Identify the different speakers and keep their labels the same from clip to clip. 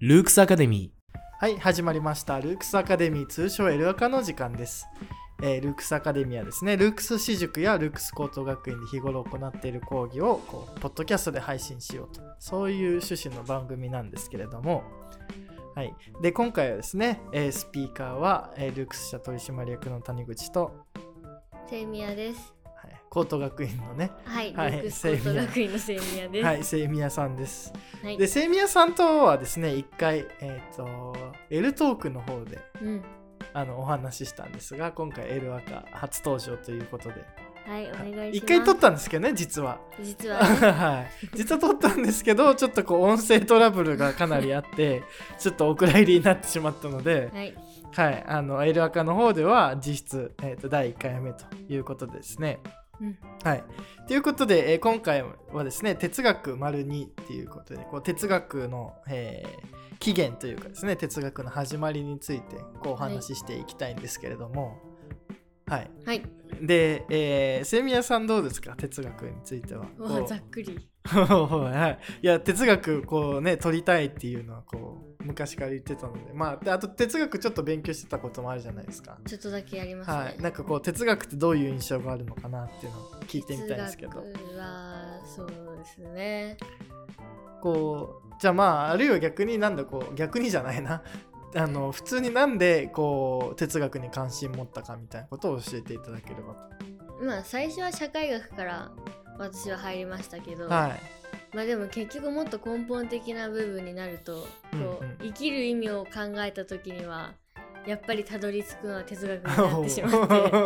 Speaker 1: ルークスアカデミ
Speaker 2: はい始まりましたルークスアカデミー通称エルアカの時間です、えールークスアカデミーはですねルークス私塾やルークス高等学院で日頃行っている講義をこうポッドキャストで配信しようとそういう趣旨の番組なんですけれどもはいで今回はですね、えースピーカーは、えールークス社取締役の谷口と、
Speaker 3: セイミヤです。
Speaker 2: はい、高等学院のね
Speaker 3: はい、
Speaker 2: はい
Speaker 3: ルークスコート学院のセイミヤです。
Speaker 2: はい清宮さんです
Speaker 3: はい
Speaker 2: で清宮さんとはですね一回えっ、と L トークの方で
Speaker 3: うん、
Speaker 2: あのお話ししたんですが今回 L 赤初登場ということで
Speaker 3: はい、お願いします。
Speaker 2: 一回撮ったんですけどね実は、
Speaker 3: 実は ね、
Speaker 2: はい実は撮ったんですけどちょっとこう音声トラブルがかなりあってちょっとお蔵入りになってしまったので、
Speaker 3: はい、
Speaker 2: はい、あの L 赤の方では実質、えーと第1回目ということでですね
Speaker 3: うん、
Speaker 2: はい。ということで、えー今回はですね、哲学丸2っていうことで、こう哲学の、えー起源というかですね、哲学の始まりについてこうお話ししていきたいんですけれども、はい。
Speaker 3: はい、
Speaker 2: で、えー、セミヤさんどうですか、哲学については。
Speaker 3: わあ
Speaker 2: こう
Speaker 3: ざっくり。
Speaker 2: はい、いや哲学こうね取りたいっていうのはこう昔から言ってたのでまあであと哲学ちょっと勉強してたこともあるじゃないですか
Speaker 3: ちょっとだけやりますね。
Speaker 2: はいなんかこう哲学ってどういう印象があるのかなっていうのを聞いてみたいんですけど
Speaker 3: 哲学はそうですね。
Speaker 2: こうじゃあまああるいは逆になんだこう逆にじゃない なあの普通になんでこう哲学に関心持ったかみたいなことを教えていただければ
Speaker 3: まあ最初は社会学から私は入りましたけど、
Speaker 2: とはい
Speaker 3: まあでも結局もっと根本的な部分になると、こう
Speaker 2: うんうん
Speaker 3: 生きる意味を考えた時には。やっぱりたどり着くのは哲学になってし まっ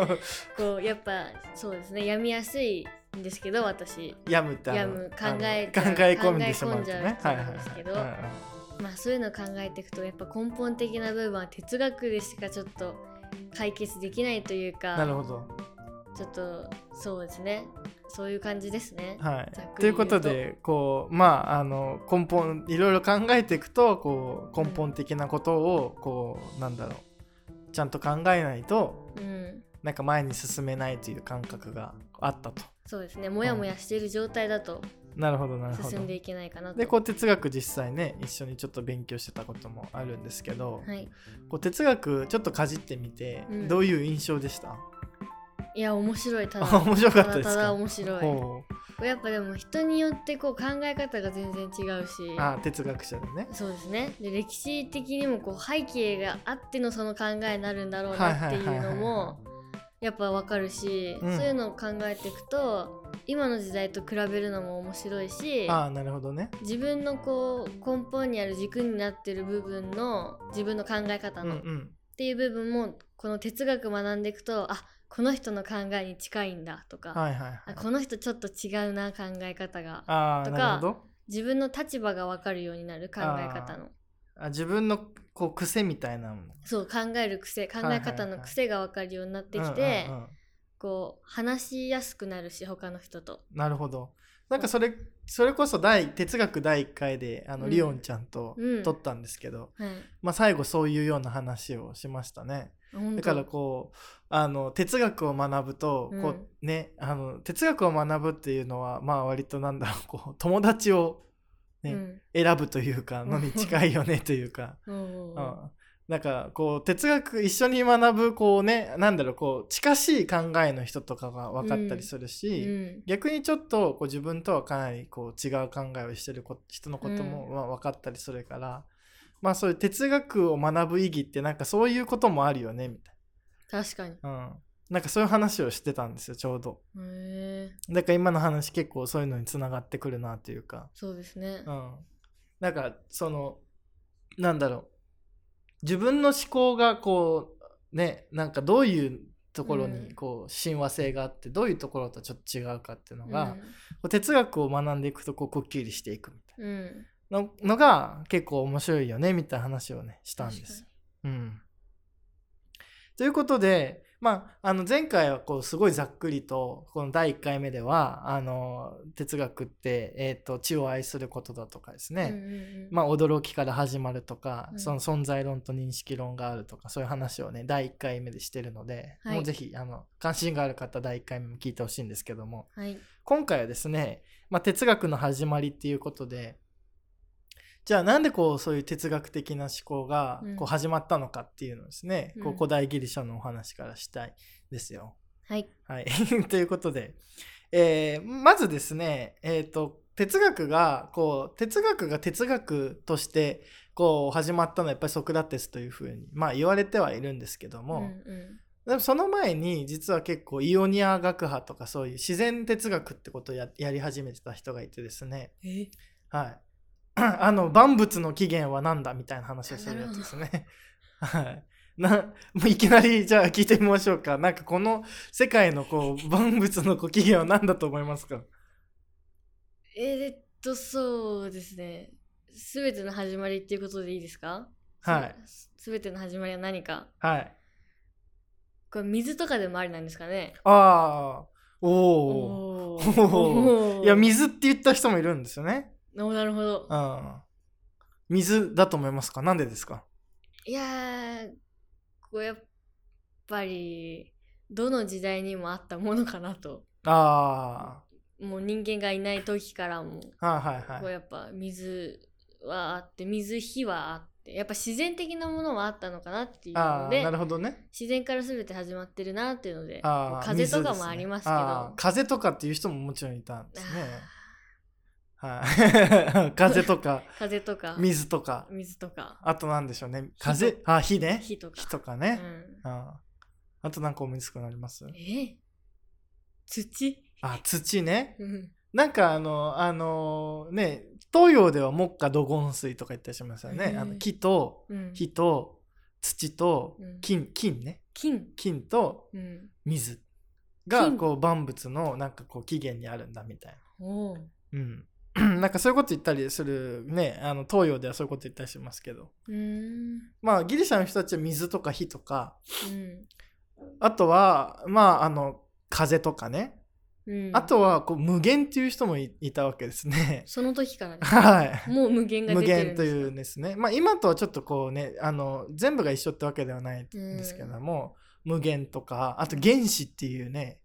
Speaker 3: てこうやっぱそうですね病みやすいんですけど私
Speaker 2: やむってあの
Speaker 3: 病む考え
Speaker 2: あの考え込んでしまうと
Speaker 3: 考え込ん
Speaker 2: ね
Speaker 3: じ
Speaker 2: は
Speaker 3: ゃ
Speaker 2: いうはい
Speaker 3: 人なんですけど
Speaker 2: はいうんうん
Speaker 3: まあそういうのを考えていくとやっぱ根本的な部分は哲学でしかちょっと解決できないという
Speaker 2: なる
Speaker 3: か
Speaker 2: ほど
Speaker 3: ちょっとそうですねそういう感じですね。
Speaker 2: はい
Speaker 3: ざっ、く
Speaker 2: とい
Speaker 3: り言
Speaker 2: う
Speaker 3: う
Speaker 2: こととでこうまああの根本いろいろ考えていくとこう根本的なことをこうなんだろうちゃんと考えないと
Speaker 3: うん
Speaker 2: なんか前に進めないという感覚があったと。
Speaker 3: そうですねもやもやしている状態だと
Speaker 2: なるほどなるほど。
Speaker 3: 進んでいけないかなと。
Speaker 2: でこう哲学実際ね一緒にちょっと勉強してたこともあるんですけど、
Speaker 3: はい、
Speaker 2: こう哲学ちょっとかじってみて、
Speaker 3: うん
Speaker 2: どういう印象でした
Speaker 3: いや面白いただ
Speaker 2: 面白かったです
Speaker 3: た
Speaker 2: か
Speaker 3: だただ面白いこ
Speaker 2: ほう
Speaker 3: れやっぱでも人によってこう考え方が全然違うし
Speaker 2: あ哲学者でね。
Speaker 3: そうですねで歴史的にもこう背景があってのその考えになるんだろうなっていうの
Speaker 2: はいはいはいは
Speaker 3: もやっぱわかるし、
Speaker 2: うん
Speaker 3: そういうのを考えていくと今の時代と比べるのも面白いし
Speaker 2: ああなるほどね。
Speaker 3: 自分のこう根本にある軸になってる部分の自分の考え
Speaker 2: う
Speaker 3: 方
Speaker 2: んう
Speaker 3: のっ
Speaker 2: ん。
Speaker 3: ていう部分もこの哲学学んでいくとあこの人の考えに近いんだとか、
Speaker 2: はいはいはい。
Speaker 3: あこの人ちょっと違うな考え方が
Speaker 2: ああ
Speaker 3: とか
Speaker 2: なるほど。
Speaker 3: 自分の立場がわかるようになる考え方の。
Speaker 2: あ自分のこう癖みたいなもの
Speaker 3: そう考える癖考
Speaker 2: はいはい
Speaker 3: え方の癖が分かるようになってきて、
Speaker 2: うんうんうん
Speaker 3: こう話しやすくなるし他の人と
Speaker 2: なるほどなんかそれそれこそ第哲学第1回であの、
Speaker 3: うん
Speaker 2: リオンちゃんと
Speaker 3: うん
Speaker 2: 撮ったんですけど、
Speaker 3: はい
Speaker 2: まあ、最後そういうような話をしましたね
Speaker 3: 本当
Speaker 2: だからこうあの哲学を学ぶと、
Speaker 3: うん
Speaker 2: こうねあの哲学を学ぶっていうのはまあ割となんだろうこう友達をね
Speaker 3: うん
Speaker 2: 選ぶというかのに近いよねというか。
Speaker 3: うん
Speaker 2: う
Speaker 3: うん
Speaker 2: んなんかこう哲学一緒に学ぶこうねなんだろうこう近しい考えの人とかが分かったりするし、
Speaker 3: うん
Speaker 2: 逆にちょっとこう自分とはかなりこう違う考えをしてるこ人のことも
Speaker 3: う
Speaker 2: まあ分かったりするから、まあそういう哲学を学ぶ意義ってなんかそういうこともあるよねみたい
Speaker 3: 確かにへ
Speaker 2: な、うん、なんかそういう話をしてたんですよちょうど
Speaker 3: え
Speaker 2: だから今の話結構そういうのにつながってくるなというか
Speaker 3: そうですね
Speaker 2: うん、なんかそのなんだろう自分の思考がこうねなんかどういうところ
Speaker 3: う
Speaker 2: に
Speaker 3: ん
Speaker 2: こう親和性があってどういうところとちょっと違うかっていうの
Speaker 3: う
Speaker 2: が、
Speaker 3: ん
Speaker 2: こう哲学を学んでいくとこうこっきりしていくみたい
Speaker 3: うん
Speaker 2: なののが結構面白いよねみたいな話をねしたんです。うん、ということでまあ、あの前回はこうすごいざっくりとこの第1回目ではあの哲学って、えー、と地を愛することだとかです
Speaker 3: うん
Speaker 2: ね、
Speaker 3: うんうん
Speaker 2: まあ、驚きから始まるとか、
Speaker 3: うん
Speaker 2: その存在論と認識論があるとかそういう話をね第1回目でしてるので、
Speaker 3: はい
Speaker 2: もうぜひあの関心がある方第1回目も聞いてほしいんですけども
Speaker 3: はい。
Speaker 2: 今回はですね、まあ、哲学の始まりっていうことでじゃあなんでこうそういう哲学的な思考が
Speaker 3: うん
Speaker 2: こう始まったのかっていうのをですね、こう
Speaker 3: うん
Speaker 2: 古代ギリシャのお話からしたいですよ。
Speaker 3: はい。
Speaker 2: はい、 ということで、えーまずですね、えー、と哲学がこう哲学が哲学としてこう始まったのはやっぱりソクラテスというふうに、まあ、言われてはいるんですけども、
Speaker 3: うんうん
Speaker 2: でもその前に実は結構イオニア学派とかそういう自然哲学ってことをややり始めてた人がいてですね、
Speaker 3: え
Speaker 2: はい、 あの万物の起源は何だみたいな話をするやつですね。 はいなもういきなりじゃあ聞いてみましょうか。なんかこの世界のこう万物の起源は何だと思いますか
Speaker 3: ーっと、そうですね。すべての始まりっていうことでいいですか
Speaker 2: はい。
Speaker 3: すすべての始まりは何か。
Speaker 2: はい。
Speaker 3: これ水とかでもありなんですかね
Speaker 2: ああ、おお
Speaker 3: お
Speaker 2: ー
Speaker 3: ー
Speaker 2: いや、水って言った人もいるんですよね。
Speaker 3: おなるほど
Speaker 2: う。ん。水だと思いますかなんでですか
Speaker 3: いやー、こうやっぱり、どの時代にもあったものかなと。
Speaker 2: あ
Speaker 3: もう人間がいない時からも、
Speaker 2: あ、はいはい
Speaker 3: こ
Speaker 2: は
Speaker 3: う
Speaker 2: い。
Speaker 3: やっぱ水はあって、水火はあって、やっぱ自然的なものはあったのかなっていう
Speaker 2: あ
Speaker 3: の
Speaker 2: あ、な
Speaker 3: で、
Speaker 2: るほどね。
Speaker 3: 自然から全て始まってるなっていうので、
Speaker 2: ああ
Speaker 3: 風と
Speaker 2: 水
Speaker 3: か
Speaker 2: です
Speaker 3: も
Speaker 2: ね
Speaker 3: ありますけど、
Speaker 2: ああ風とかっていう人ももちろんいたんですね。はい。 風とか、
Speaker 3: 風とか
Speaker 2: 水とか、
Speaker 3: 水とか
Speaker 2: あとなんでしょうね。風、あ、火ね。
Speaker 3: 火とか。
Speaker 2: とか
Speaker 3: う
Speaker 2: ね。
Speaker 3: ん、
Speaker 2: あああとなんか思いつくなります
Speaker 3: え土
Speaker 2: あ、土ね。
Speaker 3: うん
Speaker 2: なんかあの、あのね、東洋では木下土金水とか言ったりしますよね。
Speaker 3: うん
Speaker 2: あの木と、
Speaker 3: うん
Speaker 2: 火と、土と
Speaker 3: うん、
Speaker 2: 金、金ね。
Speaker 3: 金、
Speaker 2: 金と
Speaker 3: うん、
Speaker 2: 水が
Speaker 3: 金
Speaker 2: こう万物のなんかこう起源にあるんだみたい
Speaker 3: おー
Speaker 2: な。うん。 なんかそういうこと言ったりするね、あの東洋ではそういうこと言ったりしますけど。
Speaker 3: うーん
Speaker 2: まあギリシャの人たちは水とか火とか、
Speaker 3: うん
Speaker 2: あとはまああの風とかね、
Speaker 3: うん。
Speaker 2: あとはこう無限っていう人もいいたわけですね
Speaker 3: その時からです
Speaker 2: はい。
Speaker 3: もう無限が
Speaker 2: 無
Speaker 3: 出てる
Speaker 2: 限
Speaker 3: ん
Speaker 2: と
Speaker 3: です
Speaker 2: いうんですね、まあ、今とはちょっとこうねあの全部が一緒ってわけではないんですけども、無限とかあと原子っていうね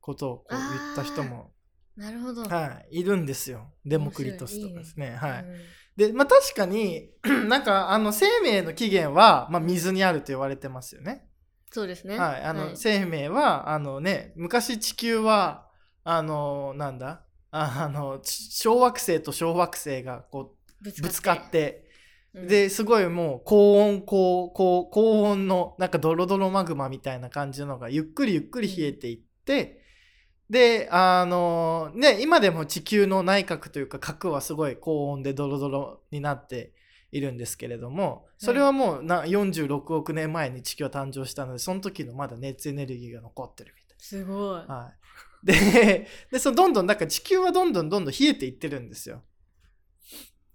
Speaker 2: ことをこう言った人も、
Speaker 3: なるほど、
Speaker 2: はい、いるんですよデモクリトスとかですねはい、
Speaker 3: うん
Speaker 2: でまあ確かに なんかあの生命の起源は、まあ、水にあると言われてますよね、
Speaker 3: そうですね
Speaker 2: はいあの
Speaker 3: はい
Speaker 2: 生命はあのね昔地球はあのなんだああのち小惑星と小惑星がこ
Speaker 3: ぶ
Speaker 2: うぶつかっ、て
Speaker 3: うん、
Speaker 2: ですごいもう高温高高高温のなんかドロドロマグマみたいな感じのがゆっくりゆっくり冷えていって、であのね今でも地球の内閣というか核はすごい高温でドロドロになっているんですけれどもそれはもうな46億年前に地球は誕生したのでその時のまだ熱エネルギーが残ってるみたい
Speaker 3: すごい
Speaker 2: な。はいで でそのどんどんなんか地球はどんどんどんどん冷えていってるんですよ。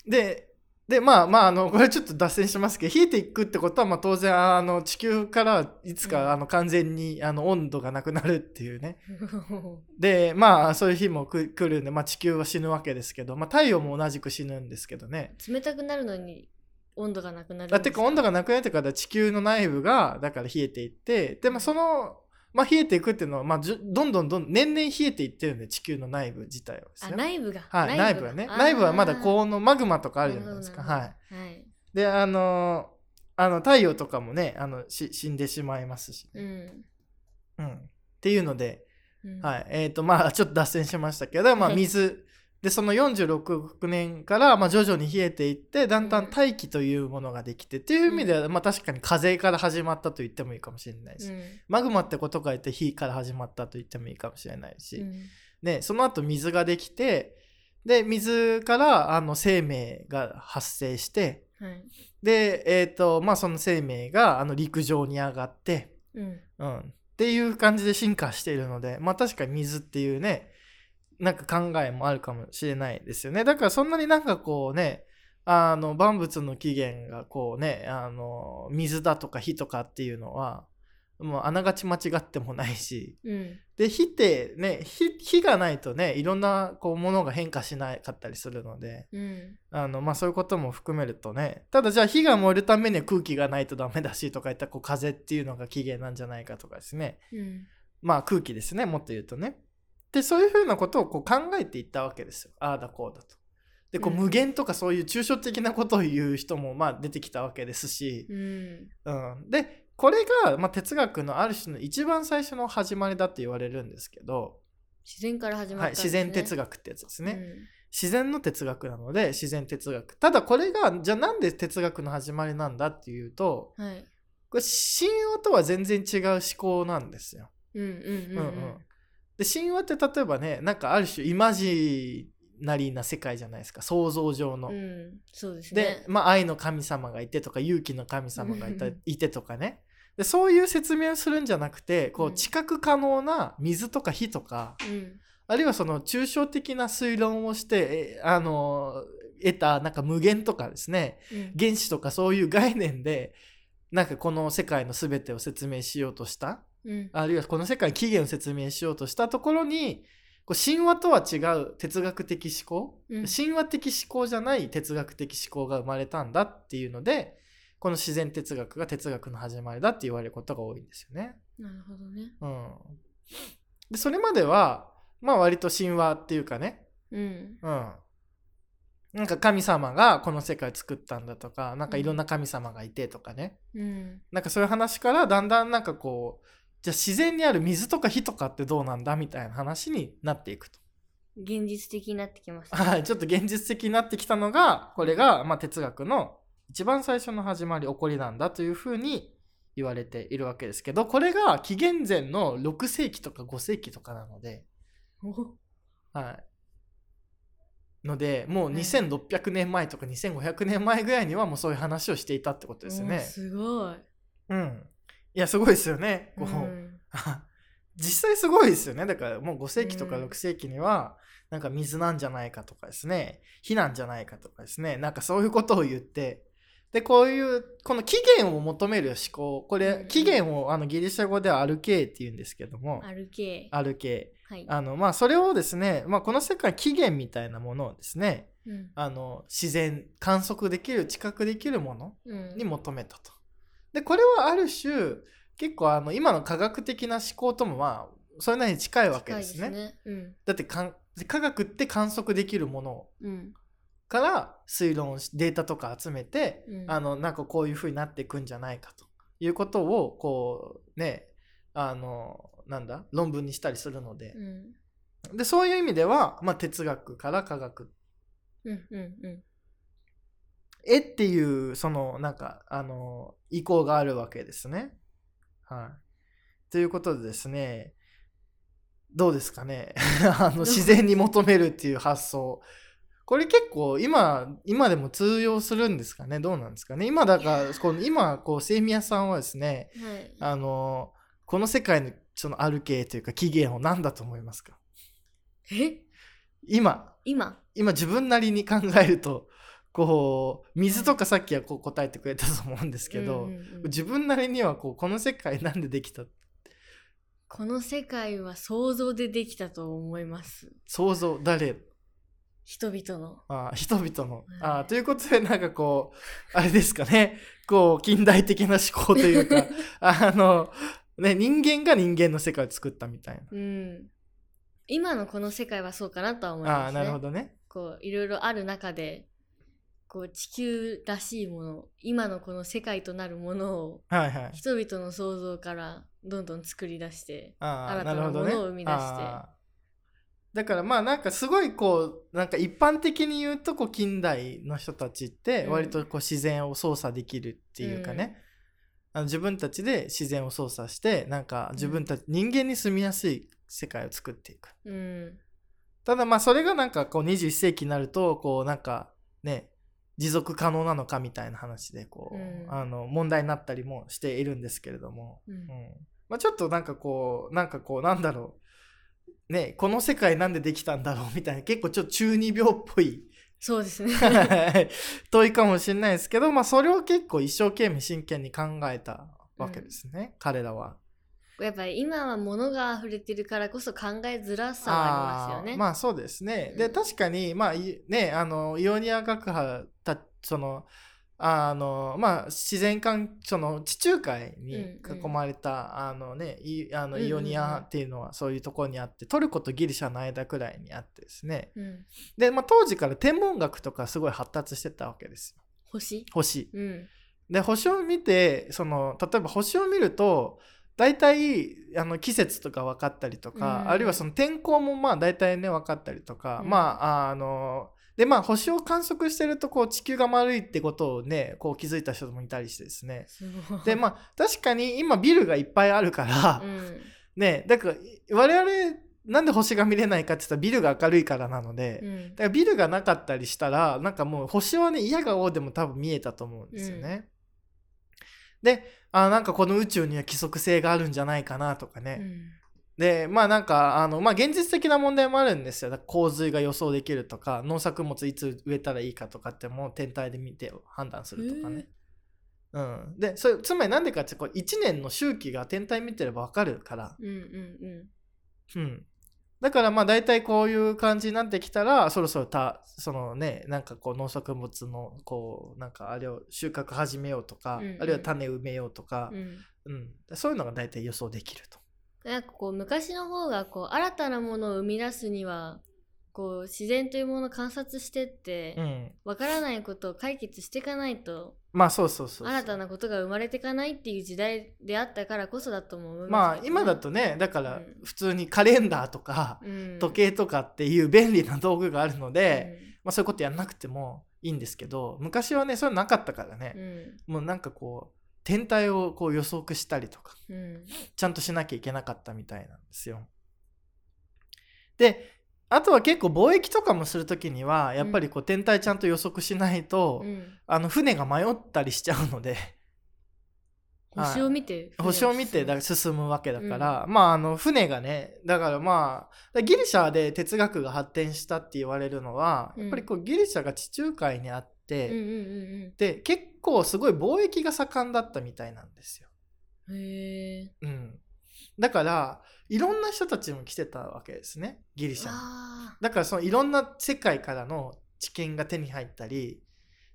Speaker 2: ででまあまああのこれちょっと脱線しますけど冷えていくってことはまあ当然あの地球からはいつ
Speaker 3: う
Speaker 2: か
Speaker 3: ん
Speaker 2: あの完全にあの温度がなくなるっていうねでまあそういう日もく来るんで、まあ、地球は死ぬわけですけど、まあ、太陽も同じく死ぬんですけどね。
Speaker 3: 冷たくなるのに温度がなくなるんです
Speaker 2: だってか温度がなくなってから地球の内部がだから冷えていってで、まあ、その、まあ、冷えていくっていうのは、まあ、じゅどんどんどん年々冷えていってるんで地球の内部自体はです
Speaker 3: あ
Speaker 2: ね。
Speaker 3: 内部が、
Speaker 2: はい、内部はね
Speaker 3: あー
Speaker 2: 内部はまだ高温のマグマとかあるじゃないですか。
Speaker 3: なるほ
Speaker 2: はい、
Speaker 3: どなるほどはい
Speaker 2: であのあの太陽とかもねあのし死んでしまいますし、
Speaker 3: う
Speaker 2: ね
Speaker 3: ん
Speaker 2: うんっていうので、
Speaker 3: うん
Speaker 2: はいえーとまあ、 ちょっと脱線しましたけ ど、まあ、
Speaker 3: はい
Speaker 2: 水でその46億年から、まあ、徐々に冷えていってだんだん大気というものができてっていう意味では、まあ、確かに風から始まったと言ってもいいかもしれないし、
Speaker 3: うん
Speaker 2: マグマってことから言って火から始まったと言ってもいいかもしれないし、
Speaker 3: うん
Speaker 2: ね、その後水ができてで水からあの生命が発生して
Speaker 3: はい
Speaker 2: で、えーとまあ、その生命があの陸上に上がって、
Speaker 3: うん
Speaker 2: うん、っていう感じで進化しているので、まあ、確かに水っていうねなんか考えもあるかもしれないですよねだからそんなになんかこうねあの万物の起源がこうねあの水だとか火とかっていうのはもうあながち間違ってもないし
Speaker 3: うん
Speaker 2: で火ってね火火がないとねいろんなこうものが変化しなかったりするので
Speaker 3: うん
Speaker 2: あの、まあ、そういうことも含めるとねただじゃあ火が燃えるためには空気がないとダメだしとかいったこう風っていうのが起源なんじゃないかとかですね
Speaker 3: うん
Speaker 2: まあ空気ですねもっと言うとねでそういうふうなことをこう考えていったわけですよああだこうだと。でこう
Speaker 3: うん
Speaker 2: 無限とかそういう抽象的なことを言う人もまあ出てきたわけですし、
Speaker 3: うん
Speaker 2: うん、でこれがまあ哲学のある種の一番最初の始まりだって言われるんですけど、
Speaker 3: 自然から始ま
Speaker 2: は
Speaker 3: っ
Speaker 2: い、
Speaker 3: たんです
Speaker 2: 自
Speaker 3: ね、
Speaker 2: 然哲
Speaker 3: 学
Speaker 2: 学ってやつですね、自然の哲学なので自然哲学ただこれがじゃあなんで哲学の始まりなんだっていうと
Speaker 3: うん、はい
Speaker 2: これ神話とは全然違う思考なんですよ。
Speaker 3: うんうんうんう
Speaker 2: うんうん
Speaker 3: ん
Speaker 2: で神話って例えばねなんかある種イマジナリーな世界じゃないですか想像上の。
Speaker 3: うん、そうですね
Speaker 2: で、まあ、愛の神様がいてとか勇気の神様がいた
Speaker 3: うん
Speaker 2: いてとかねでそういう説明をするんじゃなくてこ
Speaker 3: う
Speaker 2: うん知覚可能な水とか火とか
Speaker 3: うん
Speaker 2: あるいはその抽象的な推論をしてえあの得たなんか無限とかですね
Speaker 3: うん
Speaker 2: 原子とかそういう概念でなんかこの世界の全てを説明しようとした
Speaker 3: うん
Speaker 2: あるいはこの世界の起源を説明しようとしたところにこう神話とは違う哲学的思考、
Speaker 3: うん
Speaker 2: 神話的思考じゃない哲学的思考が生まれたんだっていうのでこの自然哲学が哲学の始まりだって言われることが多いんですよね。
Speaker 3: なるほどね
Speaker 2: うん、でそれまではまあ割と神話っていうかね、
Speaker 3: うん
Speaker 2: うん、なんか神様がこの世界作ったんだとかなんかいろんな神様がいてとかね、
Speaker 3: うん
Speaker 2: なんかそういう話からだんだんなんかこうじゃあ自然にある水とか火とかってどうなんだみたいな話になっていくと。
Speaker 3: 現実的になってきました
Speaker 2: はい、ちょっと現実的になってきたのがこれが、まあ、哲学の一番最初の始まり起こりなんだというふうに言われているわけですけどこれが紀元前の6世紀とか5世紀とかなので、
Speaker 3: お
Speaker 2: はい、のでもう
Speaker 3: はい
Speaker 2: 2600年前とか2500年前ぐらいにはもうそういう話をしていたってことですよ
Speaker 3: お
Speaker 2: ね。
Speaker 3: すごい
Speaker 2: うん、いやすごいですよね。こう
Speaker 3: うん
Speaker 2: あ実際すごいですよねだからもう5世紀とか
Speaker 3: うん
Speaker 2: 6世紀には、なんか水なんじゃないかとかですね火なんじゃないかとかですねなんかそういうことを言ってでこういうこの起源を求める思考こ
Speaker 3: うんう
Speaker 2: れ
Speaker 3: ん
Speaker 2: 起源をあのギリシャ語ではアルケーって言うんですけども
Speaker 3: 歩け
Speaker 2: アルケ
Speaker 3: はい
Speaker 2: ーあのまあそれをですね、まあ、この世界起源みたいなものをですね
Speaker 3: うん
Speaker 2: あの自然観測できる知覚できるもの
Speaker 3: うん
Speaker 2: に求めたと。でこれはある種結構あの今の科学的な思考ともまあそれなりに近いわけですね。
Speaker 3: 近いですね
Speaker 2: だってかん科学って観測できるもの
Speaker 3: うん
Speaker 2: から推論しデータとか集めて、
Speaker 3: うん
Speaker 2: あのなんかこういう風になっていくんじゃないかということをこうねあのなんだ論文にしたりするので
Speaker 3: う,、ん
Speaker 2: でそういう意味では、まあ、哲学から科学
Speaker 3: うんうんうん
Speaker 2: 絵っていうそのなんかあの意向があるわけですね。はい、ということでですねどうですかね あの
Speaker 3: う
Speaker 2: 自然に求めるっていう発想これ結構今今でも通用するんですかねどうなんですかね今だからこの今こう清宮さんはですね
Speaker 3: うんはい
Speaker 2: あのこの世界のそのある系というか起源を何だと思いますか
Speaker 3: え
Speaker 2: 今
Speaker 3: 今
Speaker 2: 今自分なりに考えるとこう水とかさっきはこう答えてくれたと思うんですけど、
Speaker 3: うんうんうん
Speaker 2: 自分なりにはこうこの世界なんでできた
Speaker 3: この世界は想像でできたと思います
Speaker 2: 想像誰
Speaker 3: 人々の
Speaker 2: あ人々の、
Speaker 3: うん
Speaker 2: あということでなんかこうあれですかねこう近代的な思考という かあの、ね、人間が人間の世界を作ったみたい
Speaker 3: うん今のこの世界はそうかなとは思い
Speaker 2: な、あ
Speaker 3: ま
Speaker 2: あ
Speaker 3: すね
Speaker 2: なるほどね
Speaker 3: こういろいろある中でこう地球らしいもの今のこの世界となるものを
Speaker 2: はいはい
Speaker 3: 人々の想像からどんどん作り出して
Speaker 2: ああ
Speaker 3: 新たな
Speaker 2: るほどね
Speaker 3: ものを生み出して
Speaker 2: ああだからまあなんかすごいこうなんか一般的に言うとこう近代の人たちって
Speaker 3: うん
Speaker 2: 割とこう自然を操作できるっていうかね、あの自分たちで自然を操作してなんか自分たち、人間に住みやすい世界を作っていく
Speaker 3: うん
Speaker 2: ただまあそれがなんかこう21世紀になるとこうなんかね持続可能なのかみたいな話でこう、
Speaker 3: うん
Speaker 2: あの問題になったりもしているんですけれども、
Speaker 3: うん
Speaker 2: うんまあ、ちょっとなんかこうなんかこうなんだろうねこの世界なんでできたんだろうみたいな結構ちょっと中二病っぽ い
Speaker 3: そうですね
Speaker 2: はい問いかもしれないですけど、まあ、それを結構一生懸命真剣に考えたわけですね、彼らは。
Speaker 3: やっぱり今は物が溢れてるからこそ考えづらさはありますよね。
Speaker 2: ーまあそうですね。
Speaker 3: うん
Speaker 2: で確かにまあいねあのイオニア学派たそのあのまあ自然環その地中海に
Speaker 3: うんうん
Speaker 2: 囲まれた、あのねイあの
Speaker 3: うんうんうん
Speaker 2: イオニアっていうのはそういうところにあってトルコとギリシャの間くらいにあってですね。
Speaker 3: うん、
Speaker 2: でまあ当時から天文学とかすごい発達してたわけですよ。
Speaker 3: 星、
Speaker 2: 星。
Speaker 3: うん、
Speaker 2: で星を見てその例えば星を見ると大体あの季節とか分かったりとか、
Speaker 3: うん
Speaker 2: あるいはその天候もまあ大体ね分かったりとか、
Speaker 3: うん
Speaker 2: まあああのでまあ星を観測してるとこう地球が丸いってことをねこう気づいた人もいたりしてですね。
Speaker 3: すごい。
Speaker 2: でまあ確かに今ビルがいっぱいあるから、
Speaker 3: うん、
Speaker 2: ねだから我々なんで星が見れないかって言ったらビルが明るいからなので。
Speaker 3: うん
Speaker 2: だからビルがなかったりしたらなんかもう星はね嫌がおうでも多分見えたと思うんですよね。であなんかこの宇宙には規則性があるんじゃないかなとか
Speaker 3: う
Speaker 2: ね。
Speaker 3: ん
Speaker 2: でまあなんかあの、まあ、現実的な問題もあるんですよ。だから洪水が予想できるとか農作物いつ植えたらいいかとかってもう天体で見て判断するとかね。うん、でそれつまりなんでかってこう1年の周期が天体見てればわかるから。
Speaker 3: うんうんう
Speaker 2: う
Speaker 3: ん
Speaker 2: ん、だからまあ大体こういう感じになってきたらそろそろたそのねなんかこう農作物のこうなんかあれを収穫始めようとか、
Speaker 3: うんうん
Speaker 2: あるいは種埋めようとか
Speaker 3: う、ん
Speaker 2: うんそういうのが大体予想できると。
Speaker 3: なんかこう昔の方がこう新たなものを生み出すにはこう自然というものを観察してって
Speaker 2: うん、
Speaker 3: わからないことを解決していかないと
Speaker 2: まあそうそうそうそう
Speaker 3: 新たなことが生まれていかないっていう時代であったからこそだとも思い
Speaker 2: まあ
Speaker 3: すけどね
Speaker 2: 今だ、とねだから
Speaker 3: うん
Speaker 2: 普通にカレンダーとか
Speaker 3: うん、
Speaker 2: 時計とかっていう便利な道具があるので、
Speaker 3: うん
Speaker 2: まあ、そういうことやんなくてもいいんですけど昔はねそういうのなかったからね、もうなんかこう天体をこう予測したりとか
Speaker 3: うんうん
Speaker 2: ちゃんとしなきゃいけなかったみたいなんですよ。であとは結構貿易とかもする時にはやっぱりこう天体ちゃんと予測しないと、
Speaker 3: うん
Speaker 2: あの船が迷ったりしちゃうの ではい
Speaker 3: 星を見て
Speaker 2: 星を見てだ
Speaker 3: け
Speaker 2: 進むわけだから、まああの船がねだからまあギリシャで哲学が発展したって言われるのは、
Speaker 3: うん
Speaker 2: やっぱりこうギリシャが地中海にあって、
Speaker 3: うんうんうん
Speaker 2: で結構すごい貿易が盛んだったみたいなんですよ。
Speaker 3: うんへえ
Speaker 2: うん、だからいろんな人たちも来てたわけですねギリシャに
Speaker 3: あ
Speaker 2: だからそのいろんな世界からの知見が手に入ったり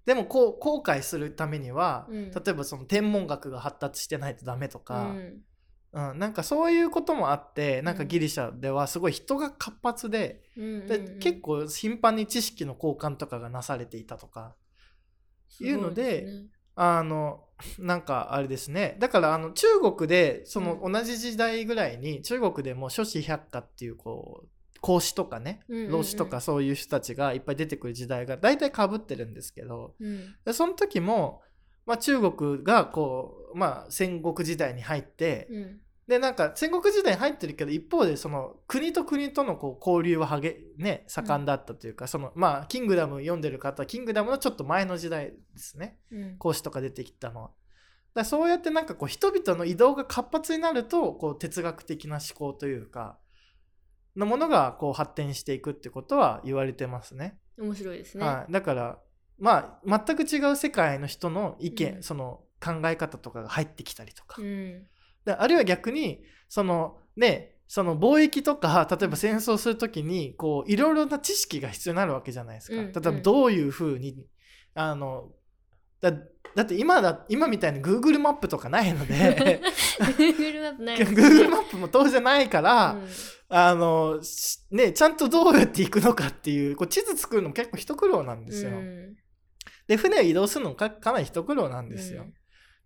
Speaker 2: でもこう後悔するためには、
Speaker 3: うん
Speaker 2: 例えばその天文学が発達してないとダメと
Speaker 3: ー
Speaker 2: か
Speaker 3: う、ん
Speaker 2: うんなんかそういうこともあってなんかギリシャではすごい人が活発で,、
Speaker 3: うんうんうん
Speaker 2: で結構頻繁に知識の交換とかがなされていたとかいうので、
Speaker 3: すごいすね
Speaker 2: あのなんかあれですねだからあの中国でその
Speaker 3: う
Speaker 2: 同じ時代ぐらいに中国でも諸子百家っていうこう孔子とかね
Speaker 3: うんうんうん
Speaker 2: 老子とかそういう人たちがいっぱい出てくる時代が大体かぶってるんですけど
Speaker 3: うん
Speaker 2: でその時も、まあ、中国がこう、まあ、戦国時代に入って、
Speaker 3: うん
Speaker 2: でなんか戦国時代に入ってるけど一方でその国と国とのこう交流ははげ、ね、盛んだったというか、そのまあキングダム読んでる方はキングダムのちょっと前の時代ですね。
Speaker 3: うん
Speaker 2: 講師とか出てきたのは。だからそうやってなんかこう人々の移動が活発になるとこう哲学的な思考というかのものがこう発展していくってことは言われてますね。
Speaker 3: 面白いですね、
Speaker 2: はい、だからまあ全く違う世界の人の意見、
Speaker 3: うん
Speaker 2: その考え方とかが入ってきたりとか、
Speaker 3: うん
Speaker 2: であるいは逆にそのねその貿易とか例えば戦争する時にこういろいろな知識が必要になるわけじゃないですか。
Speaker 3: うん
Speaker 2: 例えば
Speaker 3: うん
Speaker 2: どういうふうにあのだだって今だ今みたいに Google マップとかないの で
Speaker 3: Google マップないですね
Speaker 2: Google マップも当然ないから、
Speaker 3: うん
Speaker 2: あのしね、ちゃんとどうやって行くのかっていうこう地図作るのも結構一苦労なんですよ。
Speaker 3: うん
Speaker 2: で船を移動するのもかかなり一苦労なんですよ。
Speaker 3: うん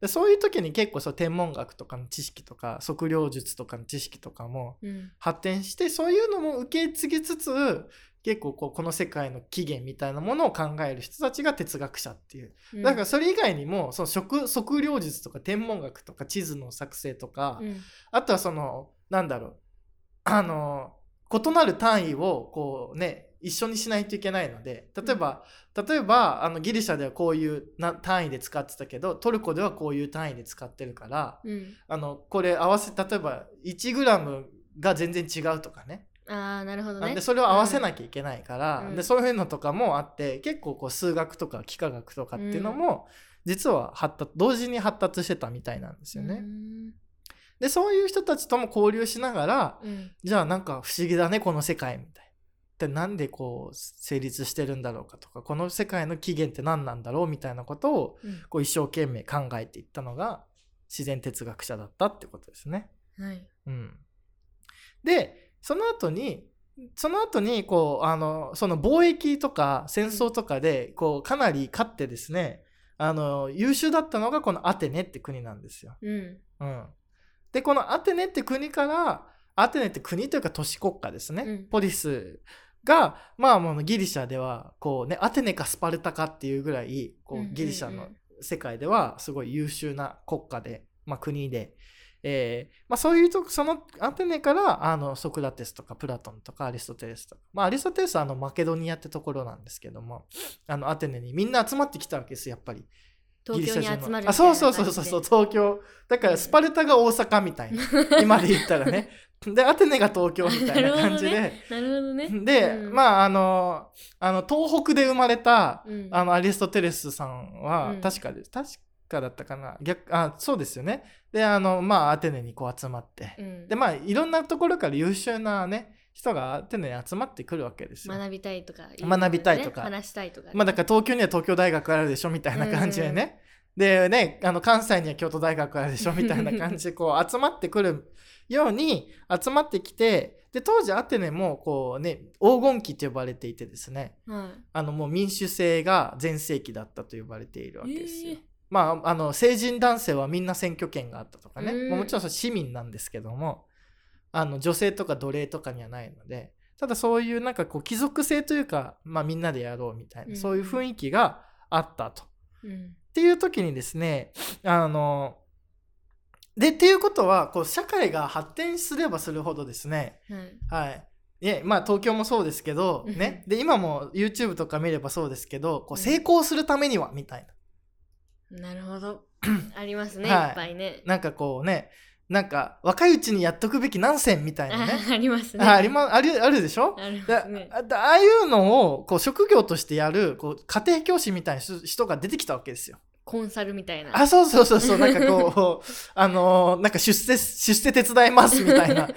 Speaker 2: でそういう時に結構そう天文学とかの知識とか測量術とかの知識とかも
Speaker 3: うん
Speaker 2: 発展してそういうのも受け継ぎつつ結構こうこの世界の起源みたいなものを考える人たちが哲学者っていう、
Speaker 3: うん
Speaker 2: だからそれ以外にもその測測量術とか天文学とか地図の作成とか、
Speaker 3: うん
Speaker 2: あとはそのなんだろうあの異なる単位をこうね一緒にしないといけないので例えば、例えばあのギリシャではこういうな単位で使ってたけどトルコではこういう単位で使ってるから
Speaker 3: うん
Speaker 2: あのこれ合わせ例えば 1g が全然違うとかね
Speaker 3: ああなるほど
Speaker 2: なん
Speaker 3: ね
Speaker 2: でそれを合わせなきゃいけないから、
Speaker 3: うん
Speaker 2: でそういうのとかもあって結構こう数学とか幾何学とかっていうのも、実は発達同時に発達してたみたいなんですよね。
Speaker 3: うん
Speaker 2: でそういう人たちとも交流しながら
Speaker 3: うん
Speaker 2: じゃあなんか不思議だねこの世界みたいな。でなんでこう成立してるんだろうかとかこの世界の起源って何なんだろうみたいなことを
Speaker 3: うん
Speaker 2: こう一生懸命考えていったのが自然哲学者だったってことですね。
Speaker 3: はい
Speaker 2: うん、でその後にその後にこうあのその貿易とか戦争とかでこうかなり勝ってですねあの優秀だったのがこのアテネって国なんですよ。
Speaker 3: うん
Speaker 2: うん、でこのアテネって国からアテネって国というか都市国家ですね、
Speaker 3: うん
Speaker 2: ポリスがまあもうギリシャではこうねアテネかスパルタかっていうぐらいこ
Speaker 3: うんうんう
Speaker 2: うんギリシャの世界ではすごい優秀な国家で、まあ、国で、えーまあ、そういうとこそのアテネからあのソクラテスとかプラトンとかアリストテレスとか、まあ、アリストテレスはあのマケドニアってところなんですけどもあのアテネにみんな集まってきたわけですやっぱり。
Speaker 3: 東京に集まるみたいな感じで
Speaker 2: あそうそうそうそうそう東京だからスパルタが大阪みたいな、今で言ったら ねでアテネが東京みたいな感じで、
Speaker 3: なるほどね
Speaker 2: で、
Speaker 3: うん
Speaker 2: まああのあの東北で生まれた
Speaker 3: うん
Speaker 2: あのアリストテレスさんは
Speaker 3: うん
Speaker 2: 確かです、確かだったかな逆あそうですよねであのまあアテネにこう集まって、
Speaker 3: うん
Speaker 2: でまあいろんなところから優秀なね人がアテネに集まってくるわけですよ
Speaker 3: 学びたいとか、
Speaker 2: 学びたいとか
Speaker 3: 話したいとかね、
Speaker 2: まあだから東京には東京大学あるでしょみたいな感じでね。でね、あの関西には京都大学あるでしょみたいな感じでこう集まってくるように集まってきてで当時アテネもこうね黄金期と呼ばれていてですね
Speaker 3: は
Speaker 2: あのもう民主制が全盛期だったと呼ばれているわけ
Speaker 3: い、
Speaker 2: ですよ。
Speaker 3: えー
Speaker 2: まあ、あの成人男性はみんな選挙権があったとかね、
Speaker 3: うん
Speaker 2: まあもちろんそれ市民なんですけどもあの女性とか奴隷とかにはないのでただそういうなんかこう貴族性というか、まあ、みんなでやろうみたいな、
Speaker 3: うん
Speaker 2: そういう雰囲気があったと。っ
Speaker 3: うん
Speaker 2: ていう時にですねあのでっていうことはこう社会が発展すればするほどですね
Speaker 3: はい
Speaker 2: はい。ね、まあ東京もそうですけど、
Speaker 3: うんうん
Speaker 2: ね。で、今も YouTube とか見ればそうですけど、こう
Speaker 3: うん
Speaker 2: 成功するためには、みたいな。
Speaker 3: なるほ どありますね、
Speaker 2: はい
Speaker 3: い、っぱいね
Speaker 2: なんかこうね、なんか若いうちにやっとくべき何選みたいなね。
Speaker 3: あありますね
Speaker 2: あありまあるあるでしょ
Speaker 3: ありま
Speaker 2: だ
Speaker 3: すね
Speaker 2: あだああいうのをこう職業としてやるこう家庭教師みたいな人人が出てきたわけですよ。
Speaker 3: コンサルみたいな
Speaker 2: あそうそうそうそうなんかこう あのーなんか出世出世手伝いますみたいな。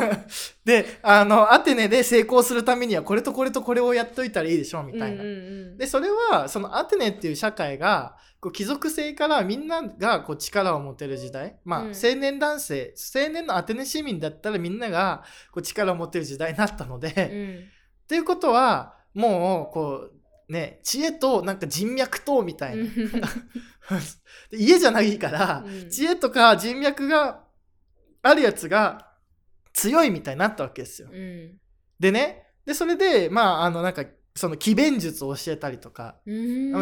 Speaker 2: であのアテネで成功するためにはこれとこれとこれをやっといたらいいでしょみたいな。
Speaker 3: うんうんうん、
Speaker 2: でそれはそのアテネっていう社会がこう貴族性からみんながこう力を持てる時代まあ、
Speaker 3: うん
Speaker 2: 青年男性青年のアテネ市民だったらみんながこう力を持てる時代になったので、
Speaker 3: う
Speaker 2: っ
Speaker 3: ん
Speaker 2: ていうことはもうこうね知恵となんか人脈とみたいな、 で家じゃないから、
Speaker 3: うん
Speaker 2: 知恵とか人脈があるやつが強いみたいになったわけですよ。
Speaker 3: うん
Speaker 2: でねでそれでまああのなんかその奇弁術を教えたりとか
Speaker 3: う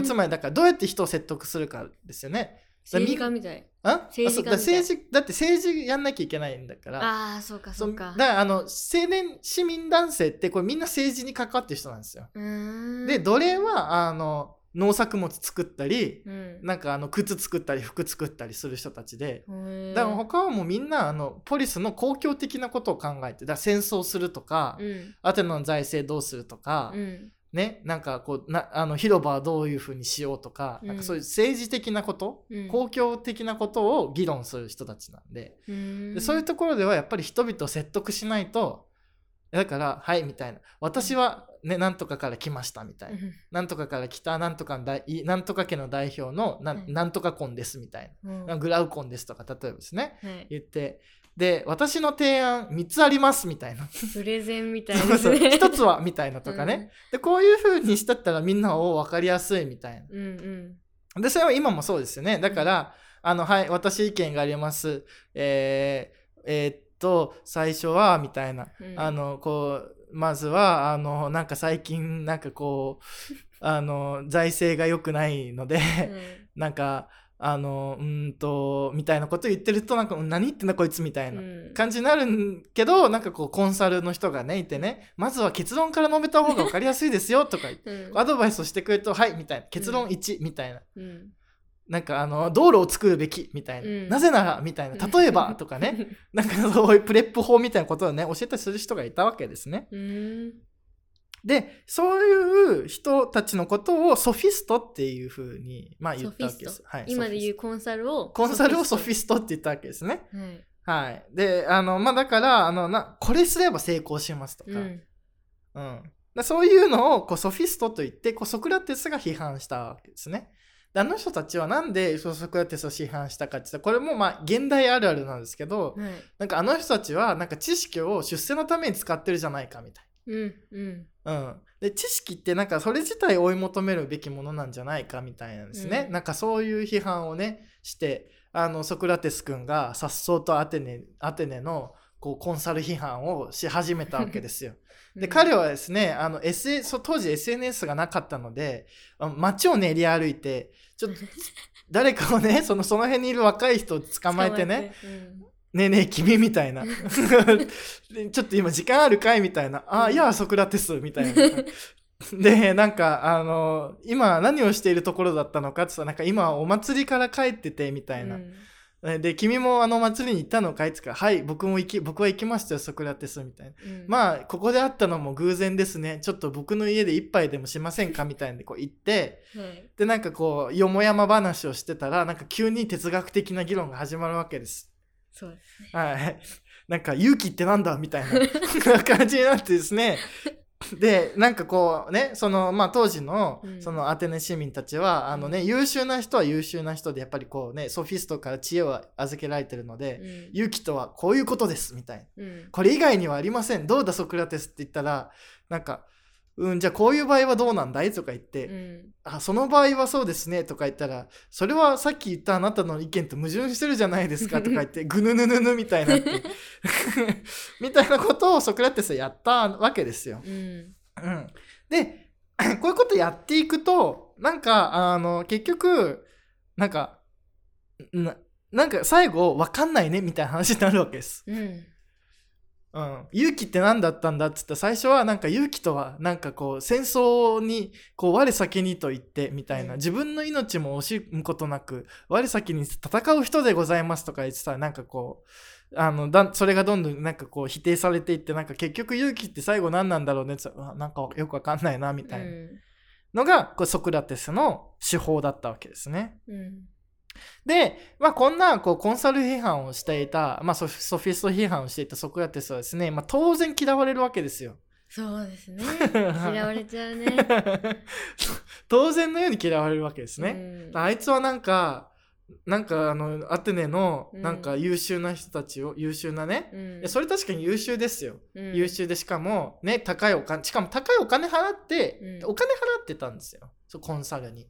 Speaker 3: ん
Speaker 2: つまりだからどうやって人を説得するかですよね。
Speaker 3: 政治家みたい
Speaker 2: ん
Speaker 3: 政治家みたい
Speaker 2: あそうだ政治だって政治やんなきゃいけないんだから。
Speaker 3: ああそうか
Speaker 2: そ
Speaker 3: そうう
Speaker 2: だ
Speaker 3: か
Speaker 2: からあの青年市民男性ってこれみんな政治に関わってる人なんですよ。
Speaker 3: うーん
Speaker 2: で奴隷はあの農作物作ったり
Speaker 3: うん
Speaker 2: なんかあの靴作ったり服作ったりする人たちで。
Speaker 3: へー
Speaker 2: だから他はもうみんなあのポリスの公共的なことを考えてだから戦争するとか、
Speaker 3: うん
Speaker 2: アテナの財政どうするとか、
Speaker 3: うん
Speaker 2: ね、なんかこうなあの広場はどういうふうにしようとか,、
Speaker 3: うん
Speaker 2: なんかそういう政治的なこと、
Speaker 3: うん
Speaker 2: 公共的なことを議論する人たちなんで,、
Speaker 3: うん
Speaker 2: でそういうところではやっぱり人々を説得しないとだから「はい」みたいな「私は、ね、なんとかから来ました」みたいな「なんとかから来たなんとかの代いなんとか家の代表のなん,、
Speaker 3: はい
Speaker 2: なんとか婚です」みたい
Speaker 3: うん
Speaker 2: な「
Speaker 3: は
Speaker 2: グラウコンです」とか例えばですね
Speaker 3: い
Speaker 2: 言って。で私の提案3つありますみたいな
Speaker 3: プレゼンみたい
Speaker 2: そう
Speaker 3: で
Speaker 2: そ
Speaker 3: す
Speaker 2: う
Speaker 3: ね
Speaker 2: 1つはみたいなとかね、でこういう風にしたったらみんなを分かりやすいみたい
Speaker 3: うんうん
Speaker 2: な。でそれは今もそうですよね。だからあのはい私意見があります。えーえーっと最初はみたいな。
Speaker 3: うんうん
Speaker 2: あのこうまずはあのなんか最近なんかこ うあの財政が良くないので、
Speaker 3: うん
Speaker 2: なんかあのうーんとみたいなこと言ってるとなんかうん何言ってんだこいつみたいな。
Speaker 3: うん
Speaker 2: 感じになるんけどなんかこうコンサルの人がねいてねまずは結論から述べた方が分かりやすいですよとか言って
Speaker 3: うん
Speaker 2: アドバイスをしてくれると「はい」みたいな結論1みたいな、
Speaker 3: うん
Speaker 2: なんかあの道路を作るべきみたいな、
Speaker 3: うん
Speaker 2: なぜならみたいな例えばとかね なんかそういうプレップ法みたいなことをね教えたりする人がいたわけですね。
Speaker 3: うん
Speaker 2: でそういう人たちのことをソフィストっていうふうに、まあ、言ったわけです。はい、
Speaker 3: 今で言
Speaker 2: う
Speaker 3: うコンサルを
Speaker 2: コンサルをソフィ
Speaker 3: ス
Speaker 2: ストって言ったわけですね。
Speaker 3: トはい
Speaker 2: はい。で、あの、まあ、だから、あの、な、これすれば成功しますとか、
Speaker 3: う
Speaker 2: うん。
Speaker 3: ん
Speaker 2: だそういうのを、こう、ソフィストと言って、こう、ソクラテスが批判したわけですね。であの人たちはなんでそうソクラテスを批判したかって言ったら、これもまあ、現代あるあるなんですけど、
Speaker 3: はい
Speaker 2: なんかあの人たちは、なんか知識を出世のために使ってるじゃないか、みたいな。
Speaker 3: うんうん
Speaker 2: うん、で知識ってなんかそれ自体追い求めるべきものなんじゃないかみたいなんですね、
Speaker 3: うん
Speaker 2: なんかそういう批判をねしてあのソクラテス君が颯爽とアテネアテネのこうコンサル批判をし始めたわけですよ。で彼はですねあの、SA そう当時 SNS がなかったのであの街を練り歩いてちょっと誰かをねそのその辺にいる若い人を捕まえてね、ねえねえ君みたいなでちょっと今時間あるかいみたいなあ
Speaker 3: うん
Speaker 2: いやソクラテスみたいなでなんかあの今何をしているところだったのかって言ったらなんか今お祭りから帰っててみた
Speaker 3: 捕まえ
Speaker 2: い
Speaker 3: てうん
Speaker 2: な、
Speaker 3: うん
Speaker 2: で君もあの祭りに行ったのかいって言ったらはい僕も行き僕は行きましたよソクラテスみたいな
Speaker 3: うん
Speaker 2: まあここで会ったのも偶然ですねちょっと僕の家で一杯でもしませんかみたいなんでこう行って
Speaker 3: はい
Speaker 2: でなんかこうよもやま話をしてたらなんか急に哲学的な議論が始まるわけです
Speaker 3: そうです
Speaker 2: はい。なんか、勇気ってなんだみたい な感じになってですね。で、なんかこうね、その、まあ当時の
Speaker 3: う、ん
Speaker 2: そのアテネ市民たちは、あのね、優秀な人は優秀な人で、やっぱりこうね、ソフィストから知恵を預けられてるので、勇気とはこういうことです、みたいな。
Speaker 3: うんうん
Speaker 2: これ以外にはありません。どうだ、ソクラテスって言ったら、なんか、うん、じゃあこういう場合はどうなんだいとか言って、
Speaker 3: うん
Speaker 2: あその場合はそうですねとか言ったらそれはさっき言ったあなたの意見と矛盾してるじゃないです かとか言ってぐぬぬぬぬみたいになって みたいなことをソクラテスはやったわけですよ。
Speaker 3: うん
Speaker 2: うん、で こういうことやっていくとなんかあの結局なんかななんか最後分かんないねみたいな話になるわけです。
Speaker 3: うん
Speaker 2: うん、勇気って何だったんだっつって最初はなんか勇気とはなんかこう戦争にこう我先にと言ってみたいな、
Speaker 3: うん
Speaker 2: 自分の命も惜しむことなく我先に戦う人でございますとか言ってたらなんかこうあのだそれがどんどんなんかこう否定されていってなんか結局勇気って最後何なんだろうねって言ったらうわなんかよくわかんないなみたいなのが、こうソクラテスの手法だったわけですね。
Speaker 3: うん
Speaker 2: で、まあ、こんなこうコンサル批判をしていた、まあ、ソフソフィスト批判をしていたソクラテスはですね、まあ、当然嫌われるわけですよ。
Speaker 3: そうですね嫌われちゃうね
Speaker 2: 当然のように嫌われるわけですね。
Speaker 3: ね
Speaker 2: あいつはなんかなんかあのアテネの
Speaker 3: うん
Speaker 2: なんか優秀な人たちを、優秀なね、
Speaker 3: うん
Speaker 2: いやそれ確かに優秀ですよ、
Speaker 3: うん
Speaker 2: 優秀でしかもね高いお金しかも高いお金払って、
Speaker 3: うん
Speaker 2: お金払ってたんですよそうコンサルに。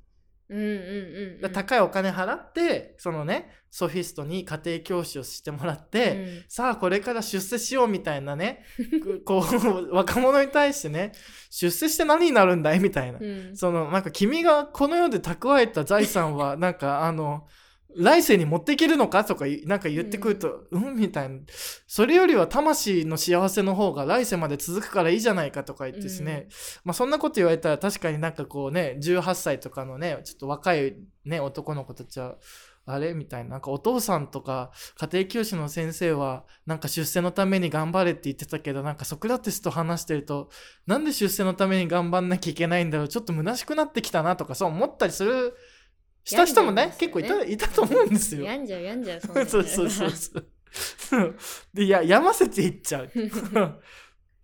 Speaker 3: うんうんうん
Speaker 2: だから高いお金払ってそのねソフィストに家庭教師をしてもらって、
Speaker 3: うん
Speaker 2: さあこれから出世しようみたいなね くこう若者に対してね出世して何になるんだいみたいな、
Speaker 3: うん
Speaker 2: そのなんか君がこの世で蓄えた財産 はなんかあの来世に持っていけるのかとかいなんか言ってくると、うん、みたいなそれよりは魂の幸せの方が来世まで続くからいいじゃないかとか言ってですね、まあ、そんなこと言われたら確かになんかこうね18歳とかのねちょっと若い、ね、男の子たちはあれみたいななんかお父さんとか家庭教師の先生はなんか出世のために頑張れって言ってたけどなんかソクラテスと話してるとなんで出世のために頑張んなきゃいけないんだろうちょっと虚しくなってきたなとかそう思ったりするした人もね
Speaker 3: 病んじゃ
Speaker 2: 結構
Speaker 3: いますよね
Speaker 2: いたいたと思うんですよ。
Speaker 3: 病んじゃう病んじゃうそんな
Speaker 2: そ
Speaker 3: の
Speaker 2: う そうそうそう。そうでややませていっちゃう。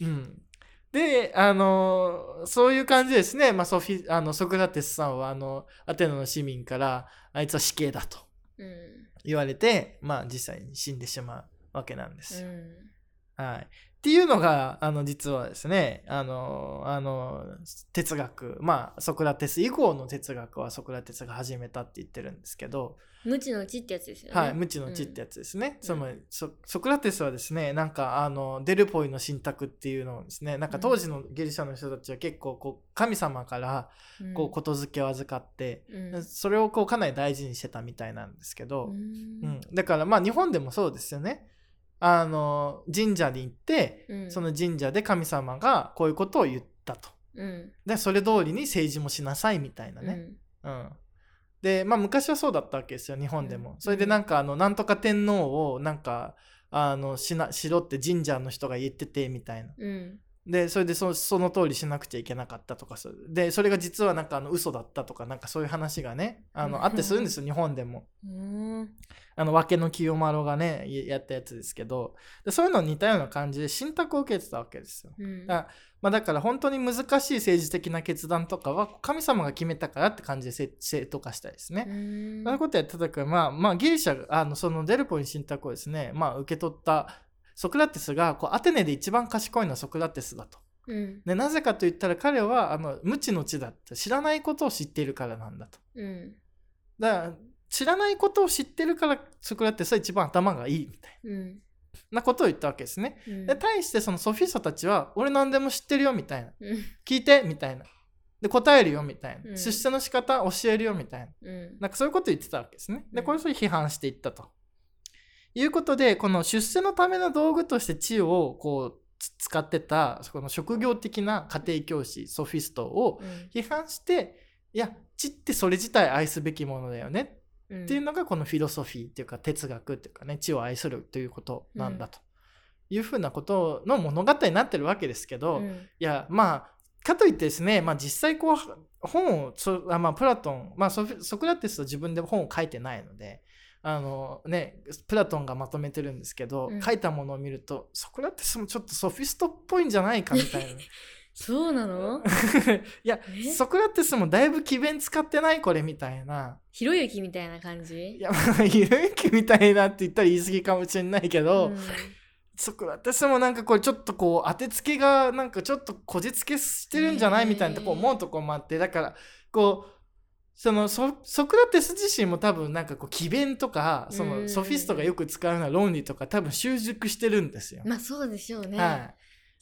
Speaker 2: うん、であのーそういう感じですね、まあ、ソフィあのソクラテスさんはあのアテナの市民からあいつは死刑だと
Speaker 3: うん
Speaker 2: 言われて、まあ、実際に死んでしまうわけなんですよ。
Speaker 3: うん
Speaker 2: はい、っていうのがあの実はですねあのあの哲学まあソクラテス以降の哲学はソクラテスが始めたって言ってるんですけど、
Speaker 3: 無知の知ってやつですよね
Speaker 2: はい、無知の知ってやつですね。
Speaker 3: うん
Speaker 2: そのソソクラテスはですね、なんかあのデルポイの神託っていうのをですね、なんか当時のギリシャの人たちは結構こう神様から
Speaker 3: うん
Speaker 2: こうことづけを預かって、
Speaker 3: うん
Speaker 2: それをこうかなり大事にしてたみたいなんですけ
Speaker 3: う
Speaker 2: ど、うんん、だからまあ日本でもそうですよね。あの神社に行って、
Speaker 3: うん
Speaker 2: その神社で神様がこういうことを言ったと。
Speaker 3: うん
Speaker 2: でそれ通りに政治もしなさいみたいなね。うん、でまあ昔はそうだったわけですよ日本でも、
Speaker 3: うん
Speaker 2: それでなんかあのなんとか天皇をなんかあのしなしろって神社の人が言っててみたいな
Speaker 3: うん
Speaker 2: でそれでそその通りしなくちゃいけなかったとかそうでそれが実はなんかあの嘘だったとかなんかそういう話がねあ
Speaker 3: うん
Speaker 2: のあってするんですよ日本でも
Speaker 3: うん
Speaker 2: あの「分けの清丸」がねややったやつですけどでそういうの似たような感じで信託を受けてたわけですよ、
Speaker 3: うん
Speaker 2: あまあ、だから本当に難しい政治的な決断とかは神様が決めたからって感じで正正当化したいですね、
Speaker 3: うん
Speaker 2: そういうことやってたから、まあ、まあ、ギリシャが、あの、そのデルポに信託をですね、まあ、受け取ったソクラテスが、こう、アテネで一番賢いのはソクラテスだと。
Speaker 3: うん
Speaker 2: で、なぜかと言ったら彼は、あの、無知の知だって、知らないことを知っているからなんだと。
Speaker 3: うん
Speaker 2: だから、知らないことを知ってるから、ソクラテスは一番頭がいいみたい
Speaker 3: うん
Speaker 2: なことを言ったわけですね。
Speaker 3: うん
Speaker 2: で、対してそのソフィストたちは、俺何でも知ってるよみたいな。
Speaker 3: うん
Speaker 2: 聞いてみたいな。で、答えるよみたい
Speaker 3: うん
Speaker 2: な。出世の仕方教えるよみたいな。
Speaker 3: うん
Speaker 2: なんかそういうこと言ってたわけですね。で、
Speaker 3: うん
Speaker 2: これそれ批判していったと。いうことで、この出世のための道具として地をこうつ使ってた、この職業的な家庭教師、ソフィストを
Speaker 3: うん
Speaker 2: 批判して、いや、地ってそれ自体愛すべきものだよね
Speaker 3: うん
Speaker 2: っていうのがこのフィロソフィーっていうか哲学っていうかね、地を愛するということなんだというふうなことの物語になってるわけですけど、
Speaker 3: うん
Speaker 2: いやまあかといってですね、まあ、実際こう本をそあ、まあ、プラトン、まあ、ソフィソクラテスは自分で本を書いてないのであの、ね、プラトンがまとめてるんですけど、
Speaker 3: うん
Speaker 2: 書いたものを見るとソクラテスもちょっとソフィストっぽいんじゃないかみたいな い
Speaker 3: そう なの
Speaker 2: や
Speaker 3: え
Speaker 2: ソクラテスもだいぶ詭弁使ってないこれみたいな
Speaker 3: ひろゆきみたいな感じ
Speaker 2: いやまあ勇気みたいなって言ったら言い過ぎかもしれないけど、
Speaker 3: うん
Speaker 2: ソクラテスもなんかこれちょっとこう当てつけがなんかちょっとこじつけしてるんじゃないみたいなとこ思うとこもあってだからこうそのソソクラテス自身も多分なんかこう詭弁とかそ
Speaker 3: うん
Speaker 2: のソフィストがよく使うような論理とか多分習熟してるんですよ。
Speaker 3: まあそうでしょうね、
Speaker 2: は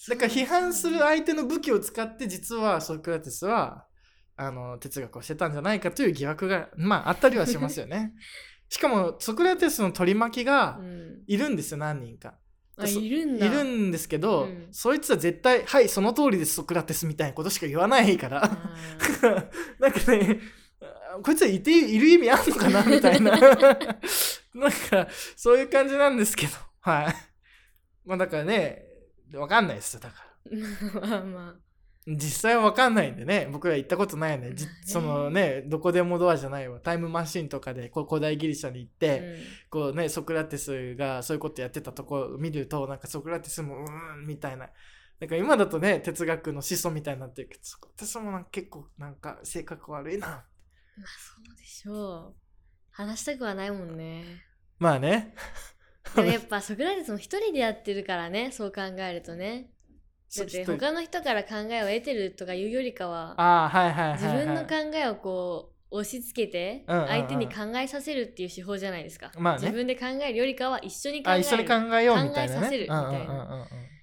Speaker 2: い、だから批判する
Speaker 3: あ
Speaker 2: 相手の武器を使って実はソクラテスはあの哲学をしてたんじゃないかという疑惑がまああったりはしますよ ね。しかもソクラテスの取り巻きが
Speaker 3: うん、
Speaker 2: いるんですよ何人か。
Speaker 3: あ
Speaker 2: そ
Speaker 3: いるんだ
Speaker 2: いるんですけど、
Speaker 3: うん
Speaker 2: そいつは絶対「はいその通りですソクラテス」みたいなことしか言わないから
Speaker 3: あ
Speaker 2: なんかねあこいつはいている意味あんのかなみたい ななんかそういう感じなんですけどはいまあだからねわかんないですよだから
Speaker 3: ー まあま
Speaker 2: 実際はわかんないんでね僕ら行ったことないんでじ
Speaker 3: まあね
Speaker 2: そのねどこでもドアじゃないわタイムマシンとかでこう古代ギリシャに行って、
Speaker 3: あ、うん
Speaker 2: こうね、ソクラテスがそういうことやってたとこを見ると、なんかソクラテスもうーんみたいな。なんか今だとね、哲学の始祖みたいになってるけど、ソクラテスもなんか結構なんか性格悪いな。
Speaker 3: まあそうでしょう話したくはないもんね
Speaker 2: まあね。
Speaker 3: でもやっぱソクラテスも一人でやってるからねそう考えるとね
Speaker 2: そ
Speaker 3: だっ
Speaker 2: う
Speaker 3: て
Speaker 2: 一人
Speaker 3: 他の人から考えを得てるとかいうよりかは
Speaker 2: ああ、はいはいはい、はい。
Speaker 3: 自分の考えをこう押し付けて
Speaker 2: うんうんうん
Speaker 3: 相手に考えさせるっていう手法じゃないですか、
Speaker 2: まあね
Speaker 3: 自分で考えるよりかは一緒に考え
Speaker 2: あ、
Speaker 3: る
Speaker 2: 一緒に考えようみたいなね。
Speaker 3: 考えさせるみたいな
Speaker 2: うんうんうんうんうん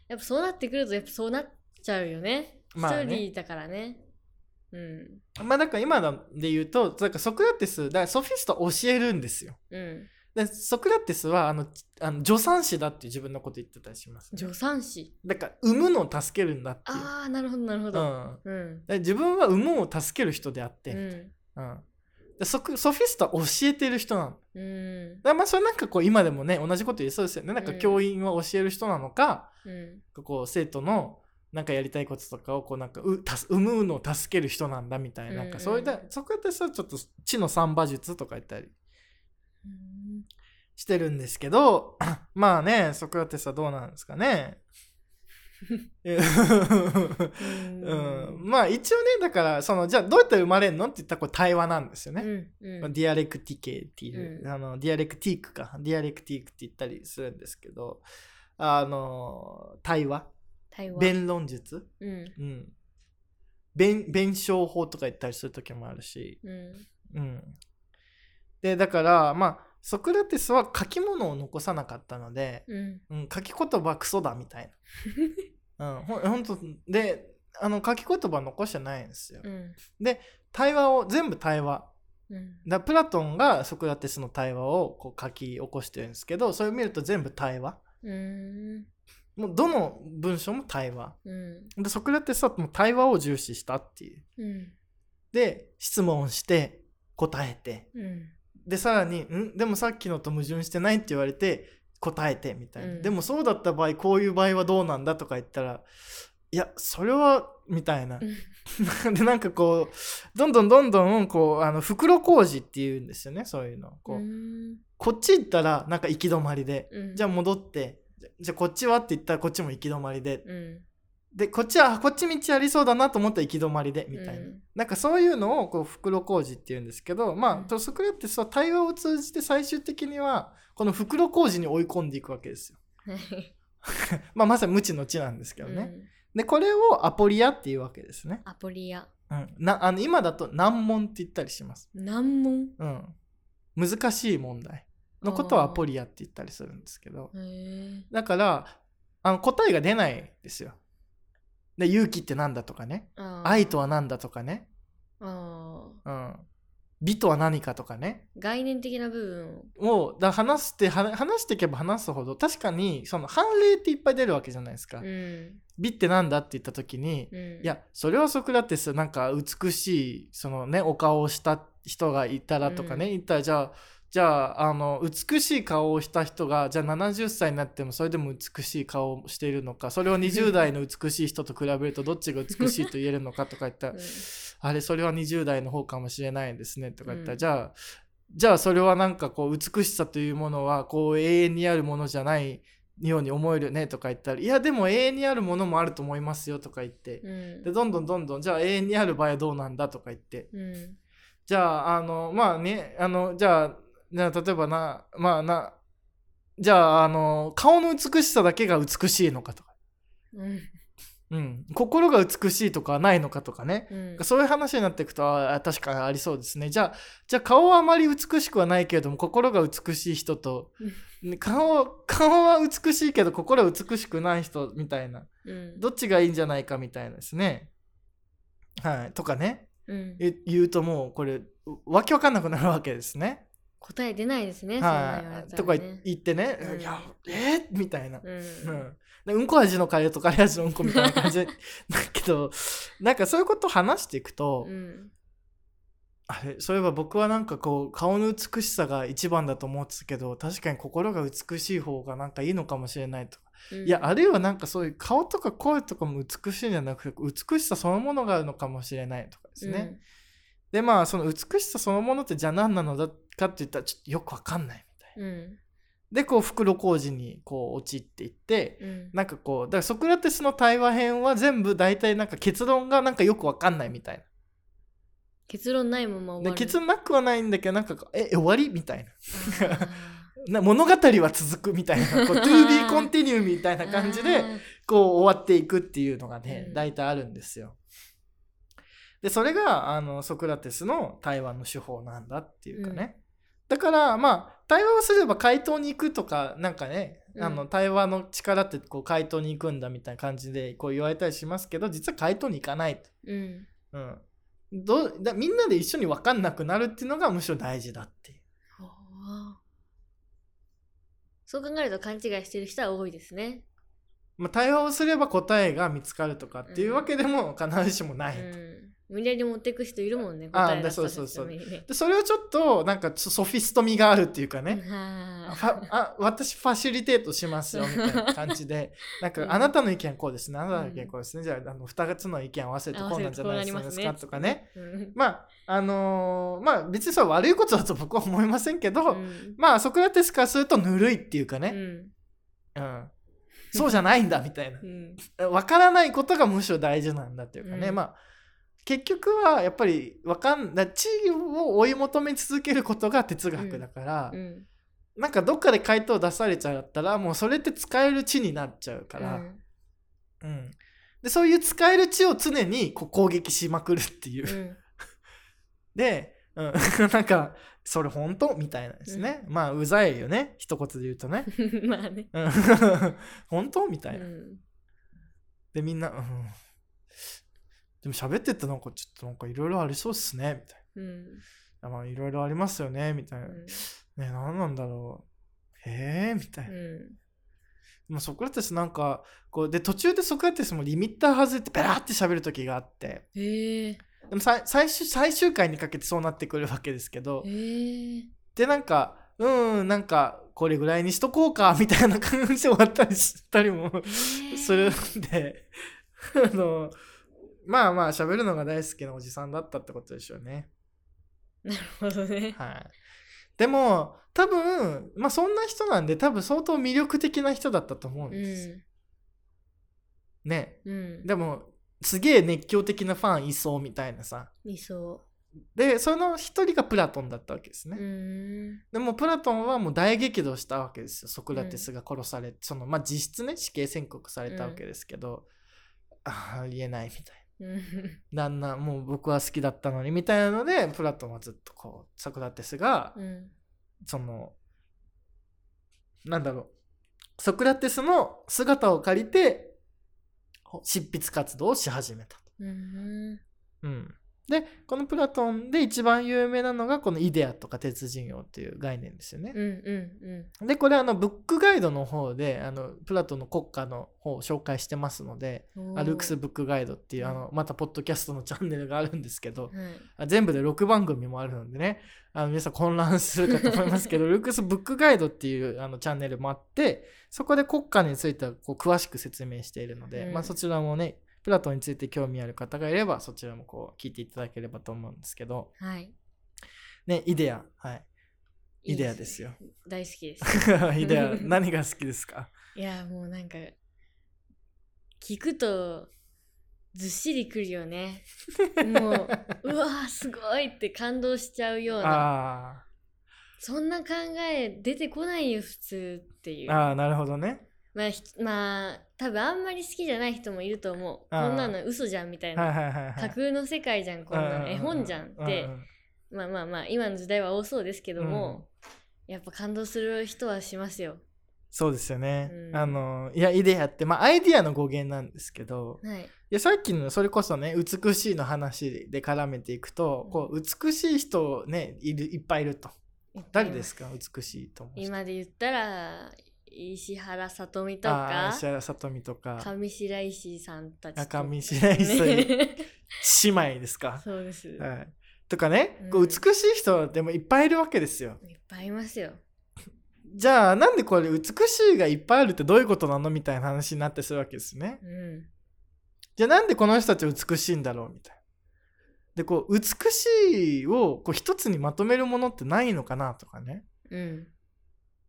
Speaker 3: やっぱそうなってくるとやっぱそうなっちゃうよね一、
Speaker 2: まあね
Speaker 3: 人だからねうん
Speaker 2: まあだから今ので言うと、だからソクラテス、だからソフィストは教えるんですよ。
Speaker 3: うん
Speaker 2: でソクラテスはあのあの助産師だって自分のこと言ってたりします、
Speaker 3: 助産師
Speaker 2: だから産むのを助けるんだっていう。
Speaker 3: ああなるほどなるほ
Speaker 2: う
Speaker 3: ど
Speaker 2: ん、
Speaker 3: うん
Speaker 2: で自分は産むを助ける人であっ
Speaker 3: う
Speaker 2: て、
Speaker 3: ん
Speaker 2: うんでソクソフィストは教えてる人なの。だか
Speaker 3: うん
Speaker 2: らまあそれなんかこう今でもね同じこと言えそうですよね。なんか
Speaker 3: うん
Speaker 2: 教員は教える人なのか、
Speaker 3: うん
Speaker 2: こう生徒のなんかやりたいこととかをこうなんかうたす産むのを助ける人なんだみたいな,、なんかそういっ
Speaker 3: うん
Speaker 2: たそこでさちょっと知の三馬術とか言ったり
Speaker 3: うん
Speaker 2: してるんですけど まあねソクラテスはどうなんですかね うん、まあ一応ねだからそのじゃあどうやって生まれるのって言ったらこれ対話なんですよね、
Speaker 3: うん
Speaker 2: ま
Speaker 3: う
Speaker 2: あ
Speaker 3: ん
Speaker 2: ディアレクティケっていう、
Speaker 3: うん
Speaker 2: あのディアレクティークかディアレクティークって言ったりするんですけどあの対話
Speaker 3: 対話
Speaker 2: 弁論術、
Speaker 3: うん
Speaker 2: うん、弁弁証法とか言ったりする時もあるし、
Speaker 3: うん
Speaker 2: うん、でだからまあソクラテスは書き物を残さなかったので、
Speaker 3: うん
Speaker 2: うん、書き言葉クソだみたい な、うん、ほほんとであの書き言葉残してないんですよ、
Speaker 3: うん
Speaker 2: 対話を全部対話
Speaker 3: うん
Speaker 2: だプラトンがソクラテスの対話をこう書き起こしてるんですけどそれを見ると全部対話
Speaker 3: うん
Speaker 2: もうどの文章も対話
Speaker 3: うん
Speaker 2: でソクラテスはもう対話を重視したっていう
Speaker 3: うん
Speaker 2: で質問して答えて
Speaker 3: うん
Speaker 2: でさらに「んでもさっきのと矛盾してない」って言われて答えてみたいな、
Speaker 3: うん
Speaker 2: でもそうだった場合こういう場合はどうなんだとか言ったらいやそれはみたいな
Speaker 3: う。
Speaker 2: でなんかこうどんどんどんどんこうあの袋小路っていうんですよねそういうの。こう
Speaker 3: うん
Speaker 2: こっち行ったらなんか行き止まりで、
Speaker 3: うん
Speaker 2: じゃあ戻ってじゃじゃあこっちはって言ったらこっちも行き止まりで、
Speaker 3: うん
Speaker 2: でこっちはあこっち道ありそうだなと思ったら行き止まりでみたいな、
Speaker 3: うん
Speaker 2: なんかそういうのをこう袋小路っていうんですけど
Speaker 3: う
Speaker 2: まあ、
Speaker 3: ん
Speaker 2: とそこらってそう対話を通じて最終的にはこの袋小路に追い込んでいくわけですよ。
Speaker 3: はい
Speaker 2: まあ、まさに無知の知なんですけどね。でこれをアポリアっていうわけですね。
Speaker 3: アポリア
Speaker 2: うん、なあの今だと難問って言ったりします。
Speaker 3: 難問
Speaker 2: うん、難しい問題のことをアポリアって言ったりするんですけど。
Speaker 3: へえ
Speaker 2: だからあの答えが出ないんですよ。で勇気ってなんだとかね
Speaker 3: あー
Speaker 2: 愛とは何だとかね、
Speaker 3: あー
Speaker 2: うん、美とは何かとかね
Speaker 3: 概念的な部分を
Speaker 2: をだ話しては話していけば話すほど確かにその判例っていっぱい出るわけじゃないですか。
Speaker 3: うん
Speaker 2: 美ってなんだって言った時に、
Speaker 3: うん
Speaker 2: いやそれはソクラテスなんか美しいそのねお顔をした人がいたらとかね、
Speaker 3: うん
Speaker 2: 言ったらじゃあじゃああの美しい顔をした人がじゃあ70歳になってもそれでも美しい顔をしているのかそれを20代の美しい人と比べるとどっちが美しいと言えるのかとか言ったら、
Speaker 3: うん
Speaker 2: あれそれは20代の方かもしれないですねとか言ったら、
Speaker 3: うん
Speaker 2: じゃあじゃあそれはなんかこう美しさというものはこう永遠にあるものじゃないように思えるねとか言ったらいやでも永遠にあるものもあると思いますよとか言って、
Speaker 3: うん
Speaker 2: でどんどんどんどんじゃあ永遠にある場合はどうなんだとか言って
Speaker 3: うん
Speaker 2: じゃああのまあねあのじゃあじゃあ例えばなまあなじゃああの顔の美しさだけが美しいのかとか、
Speaker 3: うん
Speaker 2: うん、心が美しいとかはないのかとかね
Speaker 3: うん
Speaker 2: そういう話になっていくとああ確かにありそうですねじゃあじゃあ顔はあまり美しくはないけれども心が美しい人とね顔顔は美しいけど心は美しくない人みたいな
Speaker 3: うん
Speaker 2: どっちがいいんじゃないかみたいなですね。はい、とかね
Speaker 3: うん
Speaker 2: え言うともうこれわけわかんなくなるわけですね。
Speaker 3: 答え出ないですねそんな
Speaker 2: は
Speaker 3: 言われ
Speaker 2: い、
Speaker 3: た
Speaker 2: と
Speaker 3: ら
Speaker 2: か
Speaker 3: ね
Speaker 2: 言ってね「
Speaker 3: うん
Speaker 2: いやえーみたいな。う
Speaker 3: うん
Speaker 2: ん、でうんこ味のカレーとカレー味のうんこみたいな感じ だけどなんかそういうことを話していくと、
Speaker 3: うん
Speaker 2: あれそういえば僕はなんかこう顔の美しさが一番だと思ってたけど確かに心が美しい方がなんかいいのかもしれないとか、
Speaker 3: うん
Speaker 2: いやあるいはなんかそういう顔とか声とかも美しいんじゃなくて美しさそのものがあるのかもしれないとかですね、でまあその美しさそのものってじゃあ何なのだかって言ったらちょっとよくわかんないみたいな
Speaker 3: うん
Speaker 2: でこう袋小路にこう陥っていって
Speaker 3: うん
Speaker 2: なんかこうだからソクラテスの対話編は全部大体なんか結論がなんかよくわかんないみたいな
Speaker 3: 結論ないまま終
Speaker 2: で
Speaker 3: わる
Speaker 2: 結論なくはないんだけどなんかこうえ終わりみたいな。
Speaker 3: あ
Speaker 2: な物語は続くみたいなこう to be continue みたいな
Speaker 3: ー
Speaker 2: 感じ
Speaker 3: あ
Speaker 2: で
Speaker 3: ー
Speaker 2: こう終わっていくっていうのがね
Speaker 3: うん
Speaker 2: 大体あるんですよ。でそれがあのソクラテスの対話の手法なんだっていうかね。だからまあ対話をすれば回答に行くとかなんかね、
Speaker 3: うん
Speaker 2: あの対話の力ってこう回答に行くんだみたいな感じでこう言われたりしますけど実は回答に行かないと。
Speaker 3: うん
Speaker 2: うん、どうだみんなで一緒に分かんなくなるっていうのがむしろ大事だっていう。
Speaker 3: あーそう考えると勘違いしてる人は多いですね。
Speaker 2: まあ、対話をすれば答えが見つかるとかっていうわけでも必ずしもない、
Speaker 3: うん、無理やり持っていく人いるもんね。
Speaker 2: あー
Speaker 3: 答え出
Speaker 2: そうそう
Speaker 3: す
Speaker 2: そ
Speaker 3: た
Speaker 2: う
Speaker 3: めにね。
Speaker 2: でそれをちょっとなんかソフィスト味があるっていうかね、
Speaker 3: は
Speaker 2: あ
Speaker 3: あ
Speaker 2: あ私ファシリテートしますよみたいな感じ でなんか、
Speaker 3: うん
Speaker 2: あなたの意見こうですねあなたの意見こうですね、じゃああの2つの意見合わせるとこうなんじゃないですかとかね。
Speaker 3: うん
Speaker 2: まああのーまあ別にそれは悪いことだと僕は思いませんけど、
Speaker 3: うん
Speaker 2: まあソクラテスからするとぬるいっていうか
Speaker 3: う
Speaker 2: ね、
Speaker 3: ん
Speaker 2: うん、そうじゃないんだみたいな
Speaker 3: うん
Speaker 2: わからないことがむしろ大事なんだっていうかね、
Speaker 3: うん
Speaker 2: まあ結局はやっぱりわかんない地位を追い求め続けることが哲学だから、
Speaker 3: うん
Speaker 2: なんかどっかで回答出されちゃったらもうそれって使える地になっちゃうから、
Speaker 3: う
Speaker 2: うん
Speaker 3: ん
Speaker 2: でそういう使える地を常にこう攻撃しまくるっていう。
Speaker 3: うん
Speaker 2: で、うん、 なんかそれ本当みたいなですね、まあうざいよね一言で言うとね、
Speaker 3: まあね。
Speaker 2: うん 本当みたいな。
Speaker 3: うん
Speaker 2: でみんな、うん、でも喋ってってなんかちょっとなんかいろいろありそうっすねみたい
Speaker 3: うん
Speaker 2: なまあいろいろありますよねみたいな、ね何なんだろうへえみたいな、
Speaker 3: うん
Speaker 2: まあソクラテスなんかこうで途中でソクラテスもリミッター外れてベラーって喋る時があって
Speaker 3: へえ
Speaker 2: でもさ最終最終回にかけてそうなってくるわけですけど、
Speaker 3: へえ
Speaker 2: でなんかうんなんかこれぐらい にしとこうかみたいな感じで終わったりしたりもするんであのまあまあ喋るのが大好きなおじさんだったってことでしょうね。
Speaker 3: なるほどね。
Speaker 2: はい、でも多分、まあ、そんな人なんで多分相当魅力的な人だったと思うん
Speaker 3: う
Speaker 2: です。
Speaker 3: ん。
Speaker 2: ね
Speaker 3: うん。
Speaker 2: でもすげえ熱狂的なファンいそうみたいなさ。
Speaker 3: 理想。
Speaker 2: でその一人がプラトンだったわけです
Speaker 3: う
Speaker 2: ね。
Speaker 3: ーん。
Speaker 2: でもプラトンはもう大激怒したわけですよソクラテスが殺され、そのまあ実質ね死刑宣告されたわけですけど、ああ言えないみたいな。
Speaker 3: うん。
Speaker 2: 旦那もう僕は好きだったのにみたいなのでプラトンはずっとこうソクラテスが、
Speaker 3: うん。
Speaker 2: そのなんだろうソクラテスの姿を借りてほ執筆活動をし始めたと。
Speaker 3: うん。
Speaker 2: うん、でこのプラトンで一番有名なのがこのイデアとか鉄人用っていう概念ですよね。
Speaker 3: うん。う
Speaker 2: でこれあのブックガイドの方であのプラトンの国家の方を紹介してますので
Speaker 3: ん。うん。
Speaker 2: アルクス
Speaker 3: は
Speaker 2: ブックガイドっていう
Speaker 3: うん
Speaker 2: あのまたポッドキャストのチャンネルがあるんですけど
Speaker 3: い。
Speaker 2: あ全部で6番組もあるのでねあの皆さん混乱するかと思います けどルークスブックガイドっていうあのチャンネルもあってそこで国家についてはこう詳しく説明しているので、
Speaker 3: うん
Speaker 2: まあ、そちらもねプラトンについて興味ある方がいればそちらもこう聞いていただければと思うんですけど
Speaker 3: はい。
Speaker 2: ねイデアはい
Speaker 3: い
Speaker 2: イ
Speaker 3: い
Speaker 2: デアですよ。
Speaker 3: 大好きです。
Speaker 2: イデ ア何が好きですか
Speaker 3: いやもうなんか聞くとずっしりくる よね。もううわーすごいって感動しちゃうような
Speaker 2: あ
Speaker 3: そんな考え出てこないよ普通ってい
Speaker 2: ー
Speaker 3: う
Speaker 2: あーなるほどね
Speaker 3: まあひまあ多分あんまり好きじゃない人もいると思う
Speaker 2: あー
Speaker 3: こんなの嘘じゃんみたいな、
Speaker 2: はいはいはいはい
Speaker 3: 架空の世界じゃんこんなの絵本じゃんって、
Speaker 2: うん
Speaker 3: まあまあまあ今の時代は多そうですけども、やっぱ感動する人はしますよ。
Speaker 2: そうですよね、
Speaker 3: うん
Speaker 2: あのいやイデアってまあアイディアの語源なんですけど
Speaker 3: はい、
Speaker 2: いやさっきのそれこそね美しいの話で絡めていくと、
Speaker 3: うん
Speaker 2: こう美しい人ねいるいっぱいいると誰ですか美しいと思う人
Speaker 3: 今で言ったら石原さとみと
Speaker 2: あー
Speaker 3: か
Speaker 2: 石原さとみとか
Speaker 3: 上白石さんたちとか
Speaker 2: 中身白石さん
Speaker 3: ね
Speaker 2: 姉妹ですか、
Speaker 3: そうです、
Speaker 2: はい、とかね、
Speaker 3: うん
Speaker 2: こう美しい人でもいっぱいいるわけですよ
Speaker 3: い、っぱいいますよ
Speaker 2: じゃあなんでこれ美しいがいっぱいあるってどういうことなのみたいな話になってするわけですね
Speaker 3: うん
Speaker 2: じゃあなんでこの人たち美しいんだろうみたいな。でこう美しいをこう一つにまとめるものってないのかなとかね。
Speaker 3: うん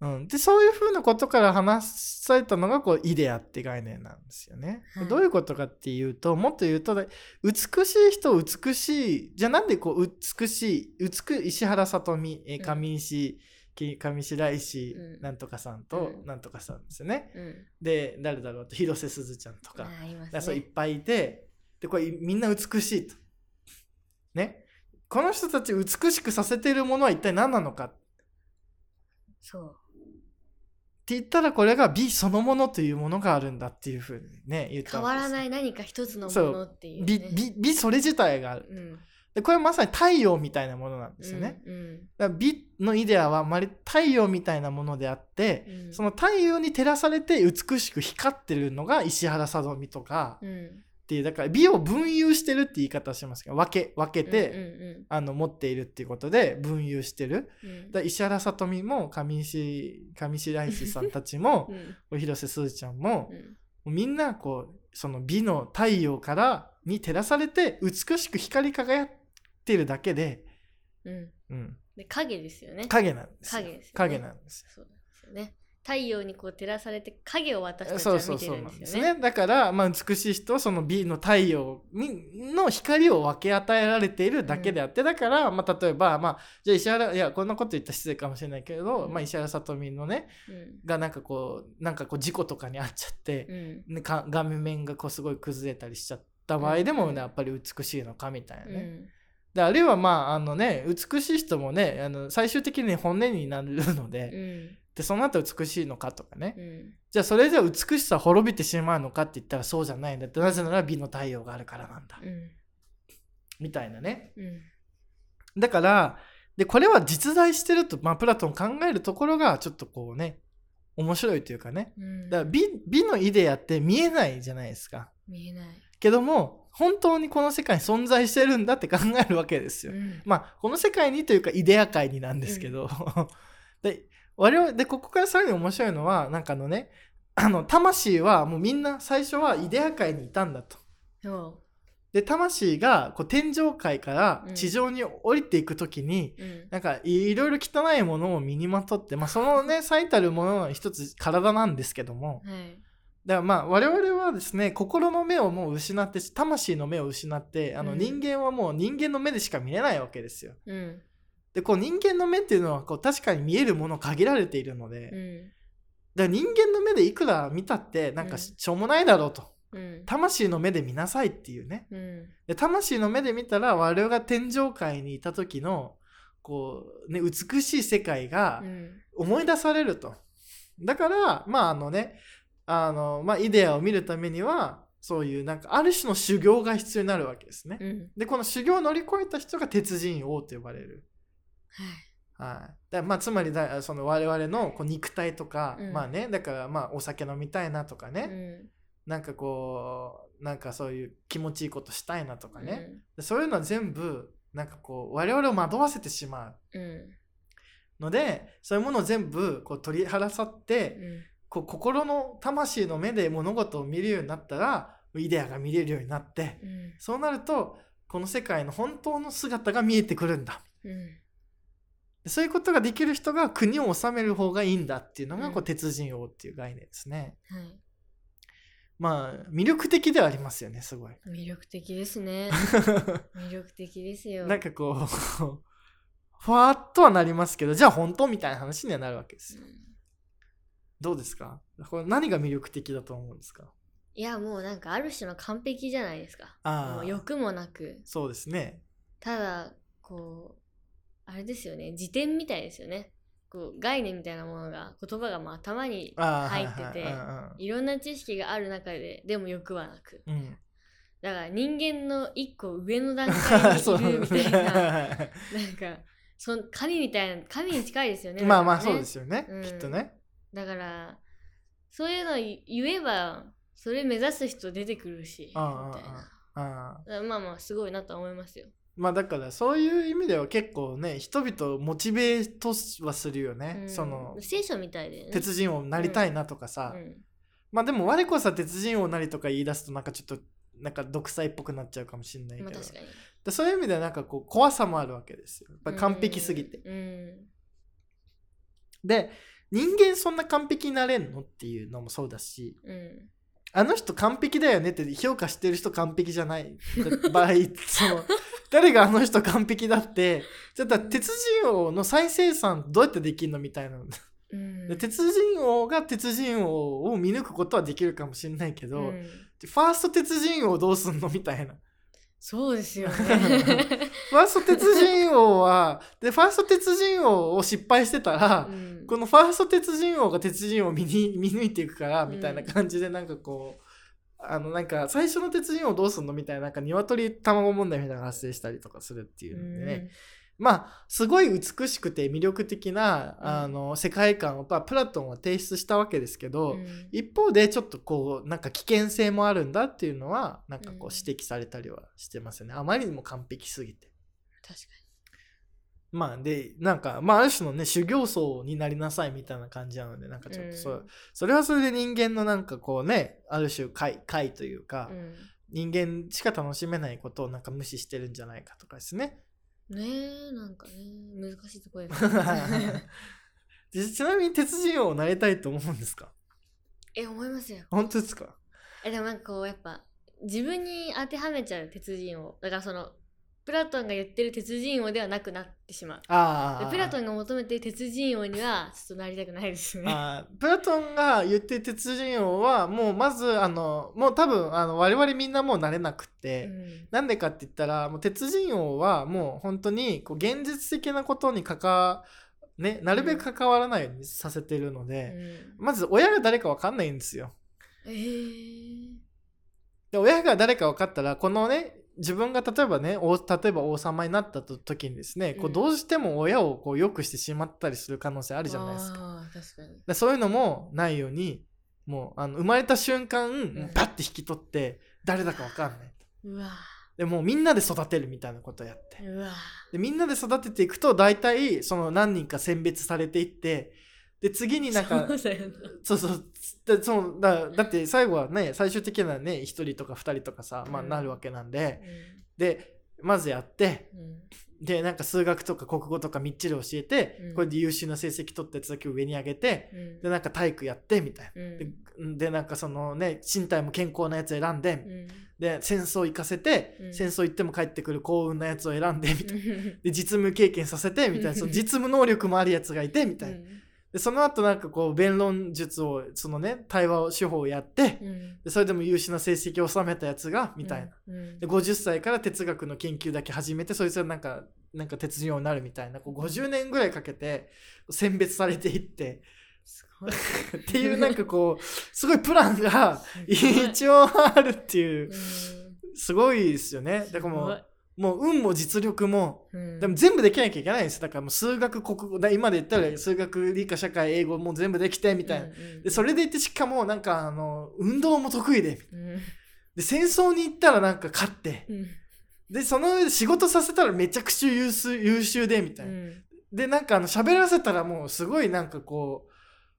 Speaker 2: うん、でそういうふうなことから話されたのがこうイデアって概念なんですよね。
Speaker 3: はい
Speaker 2: どういうことかっていうともっと言うとね美しい人を美しいじゃあなんでこう美しい美石原さとみえー
Speaker 3: うん
Speaker 2: 上石、き上白石、
Speaker 3: うん
Speaker 2: なんとかさんと、
Speaker 3: うん
Speaker 2: なんとかさんですよね。
Speaker 3: うん
Speaker 2: で誰だろうと広瀬すずちゃんとか。
Speaker 3: あいます
Speaker 2: だからそういっ
Speaker 3: ね
Speaker 2: ぱいいてでこれみんな美しいと。ね。この人たちを美しくさせているものは一体何なのかって
Speaker 3: そう
Speaker 2: 言ったらこれが美そのものというものがあるんだっていうふうにね言った。
Speaker 3: 変わらないい何か一つのも
Speaker 2: そ
Speaker 3: のっていう、ね、
Speaker 2: 美美美それ自体がある
Speaker 3: うん
Speaker 2: でこれはまさに太陽みたいなものなんですよね。
Speaker 3: うん
Speaker 2: だから美のイデアはまるで太陽みたいなものであって、
Speaker 3: うん
Speaker 2: その太陽に照らされて美しく光ってるのが石原さとみとか、
Speaker 3: うん
Speaker 2: っていうだから美を分有してるって言い方しますけど分け分けて、
Speaker 3: うん
Speaker 2: あの持っているっていうことで分有してる
Speaker 3: うんうん
Speaker 2: だから石原さとみも上石上白石さんたちも
Speaker 3: うん
Speaker 2: 広瀬すずちゃんも
Speaker 3: う、ん
Speaker 2: みんなこうその美の太陽からに照らされて美しく光り輝ってるだけで、
Speaker 3: うん
Speaker 2: うん、
Speaker 3: で影ですよね
Speaker 2: 影なんですよ
Speaker 3: 影ですよね
Speaker 2: 影なんです
Speaker 3: そうなんですよね太陽にこう照らされて影を私たち
Speaker 2: そ
Speaker 3: は
Speaker 2: うそ
Speaker 3: 見
Speaker 2: う
Speaker 3: て
Speaker 2: そう
Speaker 3: る
Speaker 2: なんん
Speaker 3: で
Speaker 2: ですす
Speaker 3: よね
Speaker 2: ねだから、まあ、美しい人はその美の太陽にの光を分け与えられているだけであって、だから、まあ、例えば、まあ、じゃあ石原いやこんなこと言ったら失礼かもしれないけれど、
Speaker 3: うん
Speaker 2: まあ、石原さとみのねがなんかこうなんかこう事故とかに遭っちゃって
Speaker 3: う、んうん
Speaker 2: ねか顔面がこうすごい崩れたりしちゃった場合でも、ね
Speaker 3: うん
Speaker 2: やっぱり美しいのかみたいなね、
Speaker 3: うん
Speaker 2: であるいはまああのね美しい人もねあの最終的に骨になるので,、
Speaker 3: うん
Speaker 2: でその後美しいのかとかね、
Speaker 3: うん
Speaker 2: じゃあそれじゃ美しさは滅びてしまうのかって言ったらそうじゃないんだってなぜなら美の太陽があるからなんだ
Speaker 3: うん
Speaker 2: みたいなね
Speaker 3: うん
Speaker 2: だからでこれは実在してると、まあ、プラトン考えるところがちょっとこうね面白いというかね
Speaker 3: うん
Speaker 2: だから美美のイデアって見えないじゃないですか
Speaker 3: 見えない、
Speaker 2: けども本当にこの世界に存在してるんだって考えるわけですよ、
Speaker 3: うん
Speaker 2: まあこの世界にというかイデア界 になんですけど、で我々でここからさらに面白いのはなんかあのねあの魂はもうみんな最初はイデア界にいたんだと。
Speaker 3: そ
Speaker 2: で魂がこう天上界から
Speaker 3: うん
Speaker 2: 地上に降りていく時に、
Speaker 3: う、うん、
Speaker 2: なんかいいろいろ汚いものを身にまとって、まあ、そのね最たるものの一つ体なんですけども
Speaker 3: はい、
Speaker 2: だからまあ我々はですね心の目をもう失って魂の目を失ってあの
Speaker 3: うん
Speaker 2: 人間はもう人間の目でしか見れないわけですよ。
Speaker 3: うん、
Speaker 2: でこう人間の目っていうのはこう確かに見えるもの限られているので、
Speaker 3: うん、
Speaker 2: だから人間の目でいくら見たってなん
Speaker 3: う
Speaker 2: か
Speaker 3: ん
Speaker 2: ししょうもないだろうと、
Speaker 3: うん、
Speaker 2: 魂の目で見なさいっていうね
Speaker 3: うん、
Speaker 2: で魂の目で見たら我々が天上界にいた時のこう、ね、美しい世界が
Speaker 3: うん、
Speaker 2: 思い出されるとだからまああのねあの、まあ、イデアを見るためにはそういうなんかある種の修行が必要になるわけですね、
Speaker 3: うん、
Speaker 2: でこの修行を乗り越えた人が鉄人王と呼ばれる
Speaker 3: はい、
Speaker 2: はい、だまあつまりだその我々のこう肉体とか、
Speaker 3: うん
Speaker 2: まあねだからまあお酒飲みたいなとか
Speaker 3: う
Speaker 2: ね、
Speaker 3: ん、
Speaker 2: なんかこうなんかそういう気持ちいいことしたいなとかね、
Speaker 3: ね、
Speaker 2: でそういうのは全部なんかこう我々を惑わせてしま
Speaker 3: うん、
Speaker 2: うのでそういうものを全部こう取り払さって、
Speaker 3: うん、
Speaker 2: こう心の魂の目で物事を見るようになったらイデアが見れるようになって
Speaker 3: うん、
Speaker 2: そうなるとこの世界の本当の姿が見えてくるんだ
Speaker 3: うん、
Speaker 2: でそういうことができる人が国を治める方がいいんだっていうのがこ
Speaker 3: う
Speaker 2: うん鉄人王っていう概念ですね。
Speaker 3: はい、
Speaker 2: まあ魅力的ではありますよねすごい。
Speaker 3: 魅力的で すね。魅力的ですよ。
Speaker 2: なんかこう ふわっとはなりますけどじゃあ本当みたいな話にはなるわけですよ。
Speaker 3: うん
Speaker 2: どうですかこれ何が魅力的だと思うんですか
Speaker 3: いや、もうなんかある種の完璧じゃないですか。
Speaker 2: あ
Speaker 3: もう
Speaker 2: あ
Speaker 3: 欲もなく、
Speaker 2: そうですね。
Speaker 3: ただ、こう、あれですよね、辞典みたいですよね。こう概念みたいなものが、言葉がもう頭に
Speaker 2: ああ
Speaker 3: 入ってて
Speaker 2: はいはい
Speaker 3: ろんな知識がある中で、でも欲はなく。
Speaker 2: いうんうん
Speaker 3: だから人間の一個上の段
Speaker 2: う
Speaker 3: 階
Speaker 2: ん そう
Speaker 3: にいるみたいな、なん
Speaker 2: ね
Speaker 3: か、そん神みたいな、神に近いですよね。
Speaker 2: まあま
Speaker 3: なん
Speaker 2: あ
Speaker 3: かね
Speaker 2: そうですよね、
Speaker 3: うん
Speaker 2: きっとね。
Speaker 3: だから、そういうの言言えば、それ目指す人出てくるし、みたい
Speaker 2: ああ
Speaker 3: な。
Speaker 2: ああ
Speaker 3: だからまあまあ、すごいなとは思いますよ。
Speaker 2: まあだからそういう意味では結構ね人々をモチベートはするよね、
Speaker 3: うん
Speaker 2: その
Speaker 3: 聖書みたいでね。
Speaker 2: 鉄人王になりたいなとかさ、
Speaker 3: うん
Speaker 2: まあでも我こそ鉄人王なりとか言い出すとなんかちょっとなんか独裁っぽくなっちゃうかもしれないけ
Speaker 3: ま
Speaker 2: ど、
Speaker 3: あ確かに。
Speaker 2: でそういう意味ではなんかこう怖さもあるわけですよやっぱり完璧すぎて、
Speaker 3: うん。
Speaker 2: で人間そんな完璧になれんのっていうのもそうだし
Speaker 3: うん。うん
Speaker 2: あの人完璧だよねって評価してる人完璧じゃない場合その誰があの人完璧だってじゃあだから鉄人王の再生産どうやってできるのみたいな
Speaker 3: うん。
Speaker 2: で鉄人王が鉄人王を見抜くことはできるかもしれないけど、
Speaker 3: うん
Speaker 2: ファースト鉄人王どうすんのみたいな。
Speaker 3: そうで すよね。
Speaker 2: ファースト鉄人王は、で、ファースト鉄人王を失敗してたら、
Speaker 3: うん
Speaker 2: このファースト鉄人王が鉄人王を見に 見抜いていくから、みたいな感じで、なんかこう、あの、なんか、最初の鉄人王どうすんのみたいな、なんか、鶏卵問題みたいなのが発生したりとかするっていう
Speaker 3: うん
Speaker 2: で
Speaker 3: ん
Speaker 2: ね。まあ、すごい美しくて魅力的な、
Speaker 3: うん
Speaker 2: あの、世界観を、まあプラトンは提出したわけですけど、
Speaker 3: うん
Speaker 2: 一方でちょっとこうなんか危険性もあるんだっていうのはなんかこう
Speaker 3: うん
Speaker 2: 指摘されたりはしてますよね、あまりにも完璧すぎて
Speaker 3: 確か
Speaker 2: まあでなんかまあある種のね修行僧になりなさいみたいな感じなのでなんか
Speaker 3: に。
Speaker 2: ちょっとそ,、うそれはそれで人間のなんかこうねある種解解というか、
Speaker 3: うん
Speaker 2: 人間しか楽しめないことをなんか無視してるんじゃないかとかですね
Speaker 3: ねえ、なんかね、難しいと こですね
Speaker 2: でちなみに鉄人王になりたいと思うんですか
Speaker 3: え、思いますよ。
Speaker 2: 本当ですか
Speaker 3: え、でもなんかこう、やっぱ、自分に当てはめちゃう鉄人を。だからその、プラトンが言ってる鉄人王ではなくなってしまう。
Speaker 2: あ
Speaker 3: で
Speaker 2: あ
Speaker 3: プラト
Speaker 2: ン
Speaker 3: ンが求めてる鉄人王には、ちょっとなりたくないですね。
Speaker 2: あープラトンが言ってる鉄人王はもうまずあのもう多分あの我々みんなもう慣れなくて、
Speaker 3: うん
Speaker 2: なんでかって言ったらもう鉄人王はもう本当にこう現実的なことに関わねなるべく関わらないようにさせてるの
Speaker 3: う
Speaker 2: で、
Speaker 3: ん
Speaker 2: まず親が誰か分かんないんですよ。
Speaker 3: えー
Speaker 2: で親が誰か分かったらこのね自分が例えばね王例えば王様になった時にですね、こ
Speaker 3: う
Speaker 2: うんどうしても親をこう良くしてしまったりする可能性あるじゃないですか。
Speaker 3: あー確かに。
Speaker 2: でそういうのもないようにもうあの生まれた瞬間、もうパッて引き取って誰だか分かんない
Speaker 3: うんうわ
Speaker 2: でもうみんなで育てるみたいなことをやって
Speaker 3: うわ
Speaker 2: でみんなで育てていくと大体その何人か選別されていってで次になんか
Speaker 3: そうだよな
Speaker 2: そうそうだそうだだって最後はね最終的にはね1人とか2人とかさ、まあ、
Speaker 3: うん
Speaker 2: なるわけなんででまずやって
Speaker 3: うんうん
Speaker 2: でなんか数学とか国語とかみっちり教えて、
Speaker 3: うん
Speaker 2: これで優秀な成績取ったやつだけ上に上げて
Speaker 3: うん
Speaker 2: でなんか体育やってみたい
Speaker 3: うん
Speaker 2: な、ででなんかそのね身体も健康なやつ選んで、
Speaker 3: うん
Speaker 2: で戦争行かせて、
Speaker 3: うん
Speaker 2: 戦争行っても帰ってくる幸運なやつを選んでみたいな。
Speaker 3: うん
Speaker 2: で実務経験させてみたい なその実務能力もあるやつがいてみたいな、でその後なんかこう弁論術をそのね対話を手法をやって、
Speaker 3: うん
Speaker 2: でそれでも優秀な成績を収めたやつがみたいな、
Speaker 3: うん
Speaker 2: で50歳から哲学の研究だけ始めてそいつはなんかなんか鉄人王になるみたいなこう50年ぐらいかけて選別されていって
Speaker 3: すごい
Speaker 2: っていうなんかこうすごいプランが
Speaker 3: すご い
Speaker 2: 一応あるっていう
Speaker 3: うん
Speaker 2: すごいですよねだからも
Speaker 3: す
Speaker 2: うもう運も実力も
Speaker 3: ごいうん
Speaker 2: でも全部できなきゃいけないんですだからもう数学国語だ今で言ったら数学理科社会英語も全部できてみたいな、
Speaker 3: うんうん
Speaker 2: でそれでいてしかもなんかあの運動も得意で
Speaker 3: うん
Speaker 2: で戦争に行ったらなんか勝って
Speaker 3: うん
Speaker 2: でその上で仕事させたらめちゃくちゃ優秀優秀でみたいな、
Speaker 3: うん
Speaker 2: でなんかあの喋らせたらもうすごいなんかこう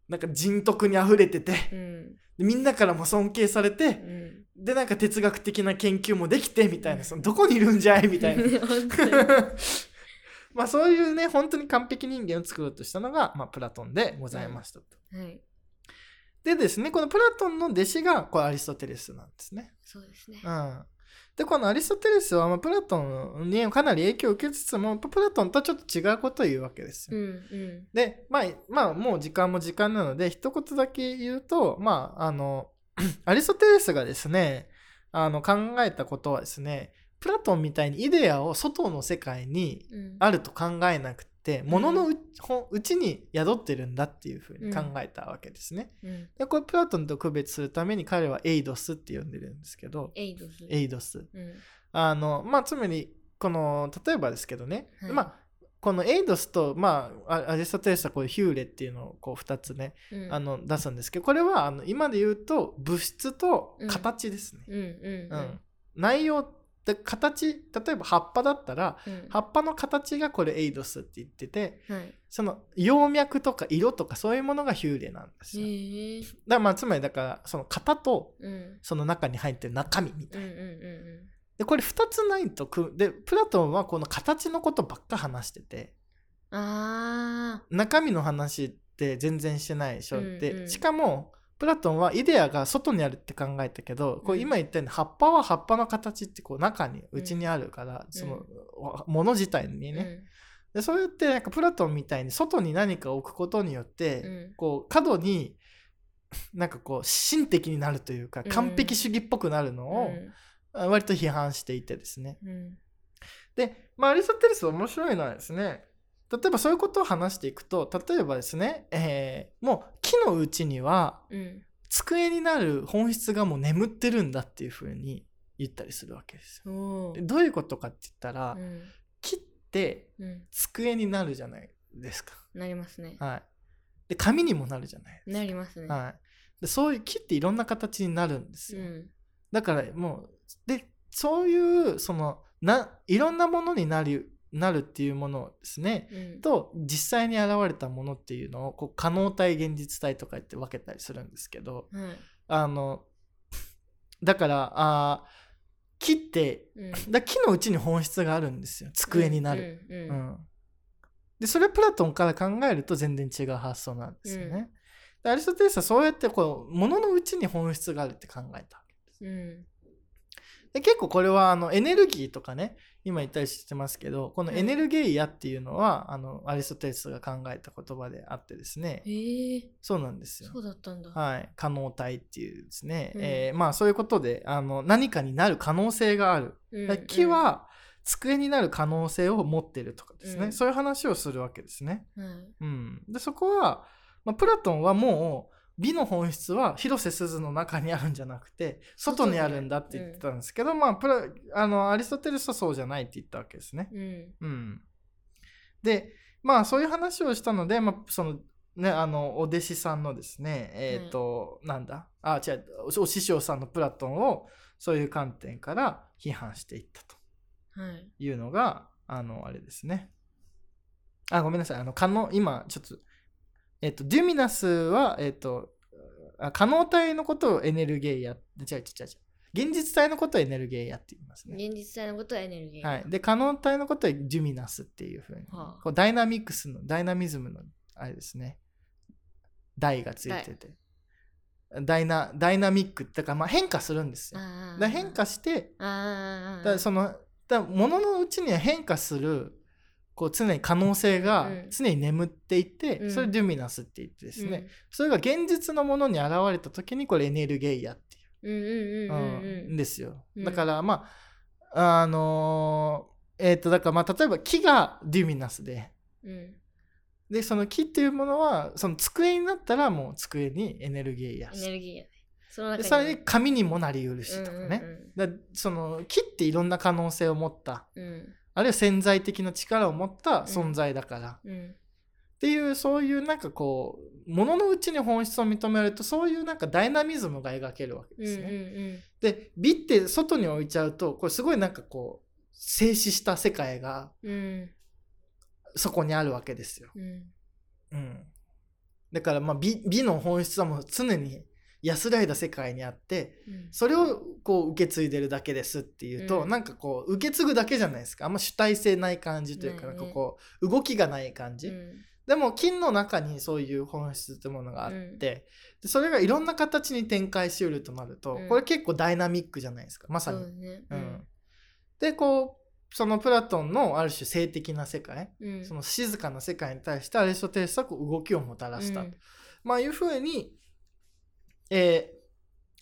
Speaker 2: なんか人徳にあふれてて
Speaker 3: うん
Speaker 2: でみんなからも尊敬されて
Speaker 3: うん
Speaker 2: でなんか哲学的な研究もできてみたいなそのどこにいるんじゃいみ たいな
Speaker 3: 本当に
Speaker 2: まあそういうね本当に完璧人間を作ろうとしたのが、まあ、プラトンでございましたと。
Speaker 3: はい
Speaker 2: でですねこのプラトンの弟子がこれアリストテレスなんですね。
Speaker 3: そうですね
Speaker 2: うん、でこのアリストテレスは、まあ、プラトンにかなり影響を受けつつもプラトンとはちょっと違うことを言うわけです
Speaker 3: う
Speaker 2: よ。
Speaker 3: ん
Speaker 2: で、まあ、まあもう時間も時間なので一言だけ言うとまああの アリストテレスがですねあの考えたことはですねプラトンみたいにイデアを外の世界に
Speaker 3: うんうん
Speaker 2: あると考えなくて物のう,、ほうちに宿ってるんだっていうふうに考えたわけですね。
Speaker 3: うん
Speaker 2: でこれプラトンと区別するために彼はエイドスって呼んでるんですけど
Speaker 3: エイドス
Speaker 2: エイドス。
Speaker 3: うん
Speaker 2: あのまあつまりこの例えばですけどね、
Speaker 3: はい
Speaker 2: まあこのエイドスと、まあ、アアリストテレスはこういうヒューレっていうのをこう2つね、
Speaker 3: うん
Speaker 2: あの出すんですけどこれはあの今で言うと物質と形ですね。
Speaker 3: うんうん
Speaker 2: う
Speaker 3: うんん
Speaker 2: 内容で形例えば葉っぱだったら
Speaker 3: うん
Speaker 2: 葉っぱの形がこれエイドスって言ってて
Speaker 3: はい
Speaker 2: その葉脈とか色とかそういうものがヒューレなんですよ。だか
Speaker 3: へえ
Speaker 2: らまあつまりだからその型と
Speaker 3: うん
Speaker 2: その中に入ってる中身みた
Speaker 3: う
Speaker 2: い
Speaker 3: ん
Speaker 2: な。
Speaker 3: うんうん
Speaker 2: でこれ2つないとくでプラトンはこの形のことばっか話してて
Speaker 3: うんあ
Speaker 2: 中身の話って全然してないでしょ、
Speaker 3: うんう
Speaker 2: で
Speaker 3: ん
Speaker 2: しかもプラトンはイデアが外にあるって考えたけどこう
Speaker 3: うん
Speaker 2: 今言ったように葉っぱは葉っぱの形ってこう中に内にあるから、そのもの自体に
Speaker 3: ー
Speaker 2: ね、でそうやってなんかプラトンみたいに外に何か置くことによって、
Speaker 3: うん
Speaker 2: こう過度になんかこう神的になるというか
Speaker 3: うん
Speaker 2: 完璧主義っぽくなるの
Speaker 3: うん
Speaker 2: をあ割と批判していてですね、
Speaker 3: うん
Speaker 2: で、まあ、アリストテレス面白いのはですね例えばそういうことを話していくと例えばですね、えーもう木のうちには
Speaker 3: うん
Speaker 2: 机になる本質がもう眠ってるんだっていうふうに言ったりするわけですよ。
Speaker 3: お
Speaker 2: で
Speaker 3: ー
Speaker 2: どういうことかって言ったら、
Speaker 3: うん
Speaker 2: 木って
Speaker 3: うん
Speaker 2: 机になるじゃないですか。
Speaker 3: なりますね
Speaker 2: はい、で紙にもなるじゃない
Speaker 3: なりますね
Speaker 2: はい、でそういう木っていろんな形になるんです
Speaker 3: う
Speaker 2: よ。
Speaker 3: ん
Speaker 2: だからもうでそういうそのないろんなものになるなるっていうものをですね
Speaker 3: うん
Speaker 2: と実際に現れたものっていうのをこう可能体現実体とかって分けたりするんですけど
Speaker 3: はい
Speaker 2: あのだからあー木って
Speaker 3: うん
Speaker 2: だ木のうちに本質があるんですよ机になる。
Speaker 3: うん
Speaker 2: う
Speaker 3: うん
Speaker 2: んでそれプラトンから考えると全然違う発想なんですよね。
Speaker 3: うん
Speaker 2: でアリストテレスはそうやってこう物のうちに本質があるって考えたわけです。
Speaker 3: うん
Speaker 2: で結構これはあのエネルギーとかね今言ったりしてますけどこのエネルゲイアっていうのは、あのアリストテレスが考えた言葉であってですね
Speaker 3: ええ
Speaker 2: そうなんですよ
Speaker 3: そ。うだったんだ
Speaker 2: はい、可能体っていうですね、
Speaker 3: うん
Speaker 2: えーまあそういうことであの何かになる可能性がある、
Speaker 3: うん
Speaker 2: だから木は机になる可能性を持ってるとかですね、
Speaker 3: うん
Speaker 2: そういう話をするわけですね。
Speaker 3: うんはい
Speaker 2: うん、でそこは、まあ、プラトンはもう美の本質は広瀬すずの中にあるんじゃなくて外にあるんだって言ってたんですけど、まあ、プラあのアリストテレスはそうじゃないって言ったわけですね。
Speaker 3: うん
Speaker 2: うん、でまあそういう話をしたので、まあ、そのねあのお弟子さんのですねえっ、と、なんだあ違うおお師匠さんのプラトンをそういう観点から批判していったと
Speaker 3: はい
Speaker 2: いうのがあのあれですねあごめんなさいあの可能今ちょっとえっと、デュミナスは、えっと、あ可能体のことをエネルゲイヤ違う違う違う違う現実体のことをエネルゲイヤって言いますね、
Speaker 3: 現実体のことはエネルギー。
Speaker 2: はい、で可能体のことはデュミナスっていうふうに、
Speaker 3: はあ
Speaker 2: こうダイナミックスのダイナミズムのあれですね台がついててダイナダイナミックだからまあ変化するんですよだ
Speaker 3: あ
Speaker 2: か
Speaker 3: ー
Speaker 2: ら変。化して
Speaker 3: あー
Speaker 2: だからそのだから物のうちには変化するこう常に可能性が
Speaker 3: うん
Speaker 2: 常に眠っていて、
Speaker 3: うん
Speaker 2: それデュミナスって言ってですね、。それが現実のものに現れた時にこれエネルゲイヤっていう
Speaker 3: うんうんうんう
Speaker 2: うん
Speaker 3: うん
Speaker 2: んですよ。
Speaker 3: うん
Speaker 2: だからまああのーえっ、とだからまあ例えば木がデュミナスで
Speaker 3: うんうん。
Speaker 2: でその木っていうものはその机になったらもう机にエネルギーや
Speaker 3: エネルギーやね。その
Speaker 2: で
Speaker 3: 中
Speaker 2: さらに紙にもなりうるしとかね、だからその木っていろんな可能性を持った
Speaker 3: うんうん
Speaker 2: あるいは潜在的な力を持った存在だから、っ
Speaker 3: うん。うん。
Speaker 2: ていうそういうなんかこうもののうちに本質を認めるとそういうなんかダイナミズムが描けるわけ
Speaker 3: うん
Speaker 2: で
Speaker 3: う
Speaker 2: す
Speaker 3: ん
Speaker 2: ね。
Speaker 3: うん。
Speaker 2: で美って外に置いちゃうとこれすごいなんかこう静止した世界が
Speaker 3: うん
Speaker 2: そこにあるわけですよ。
Speaker 3: うん
Speaker 2: うん、だからまあ美美の本質はもう常に安らいだ世界にあって
Speaker 3: うん
Speaker 2: それをこう受け継いでるだけですっていうと、
Speaker 3: うん
Speaker 2: なんかこう受け継ぐだけじゃないですかあんま主体性ない感じというかな
Speaker 3: な
Speaker 2: いん
Speaker 3: ね
Speaker 2: かこう動きがない感じ、
Speaker 3: うん
Speaker 2: でも金の中にそういう本質というものがあって、でそれがいろんな形に展開しうるとなると、
Speaker 3: うん
Speaker 2: これ結構ダイナミックじゃないですかまさ
Speaker 3: そ
Speaker 2: に。
Speaker 3: うね。
Speaker 2: う
Speaker 3: うんん、
Speaker 2: でこうそのプラトンのある種性的な世界
Speaker 3: うん。
Speaker 2: その静かな世界に対してアリストテレスはこう動きをもたらした、
Speaker 3: うん
Speaker 2: まあいうふうに、えー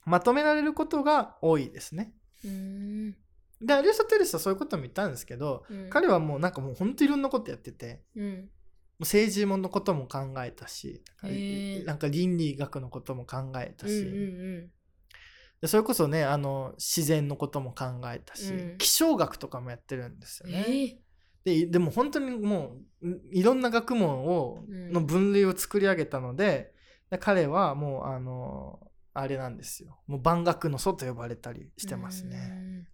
Speaker 2: まとめられることが多いですね。
Speaker 3: うん
Speaker 2: でアリストテレスはそういうことも言ったんですけど、
Speaker 3: うん
Speaker 2: 彼はもうなんかもうほんといろんなことやってて
Speaker 3: うん
Speaker 2: もう政治のことも考えたしなんか,、
Speaker 3: へー
Speaker 2: 倫理学のことも考えた
Speaker 3: うんう
Speaker 2: し、
Speaker 3: ん
Speaker 2: でそれこそねあの自然のことも考えたし、
Speaker 3: うん
Speaker 2: 気象学とかもやってるんです
Speaker 3: う
Speaker 2: よ
Speaker 3: ん。
Speaker 2: ね。
Speaker 3: え
Speaker 2: ででも本当にもうんいろんな学問を、
Speaker 3: うん
Speaker 2: の分類を作り上げたのでで彼はもうあのあれなんですよもう万学の祖と呼ばれたりしてますね。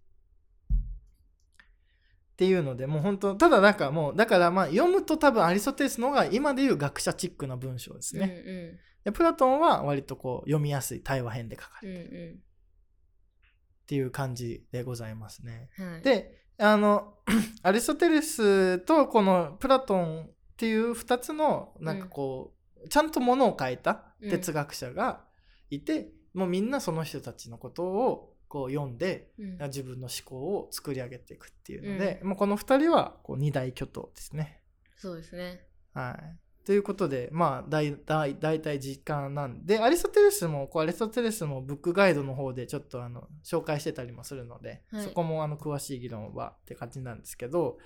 Speaker 2: っ。ていうのでもう本当ただなんかもうだからまあ読むと多分アリストテレスの方が今でいう学者チックな文章です
Speaker 3: うんうん
Speaker 2: ね。でプラトンは割とこう読みやすい対話編で書か
Speaker 3: う
Speaker 2: れ
Speaker 3: ん
Speaker 2: る
Speaker 3: う
Speaker 2: っていう感じでございますね。
Speaker 3: ん。はい。
Speaker 2: であの アリストテレスとこのプラトンっていう2つのなんかこう、ちゃんとものを書いた哲学者がいて、もうみんなその人たちのことをこう読んで
Speaker 3: うん
Speaker 2: 自分の思考を作り上げていくっていうので、もうこの2人はこう二大巨頭ですね。
Speaker 3: そうですね。
Speaker 2: はいということでまあだいだい大体時間なんでアリストテレスもこうアリストテレスもブックガイドの方でちょっとあの紹介してたりもするので、
Speaker 3: はい
Speaker 2: そこもあの詳しい議論はって感じなんですけど、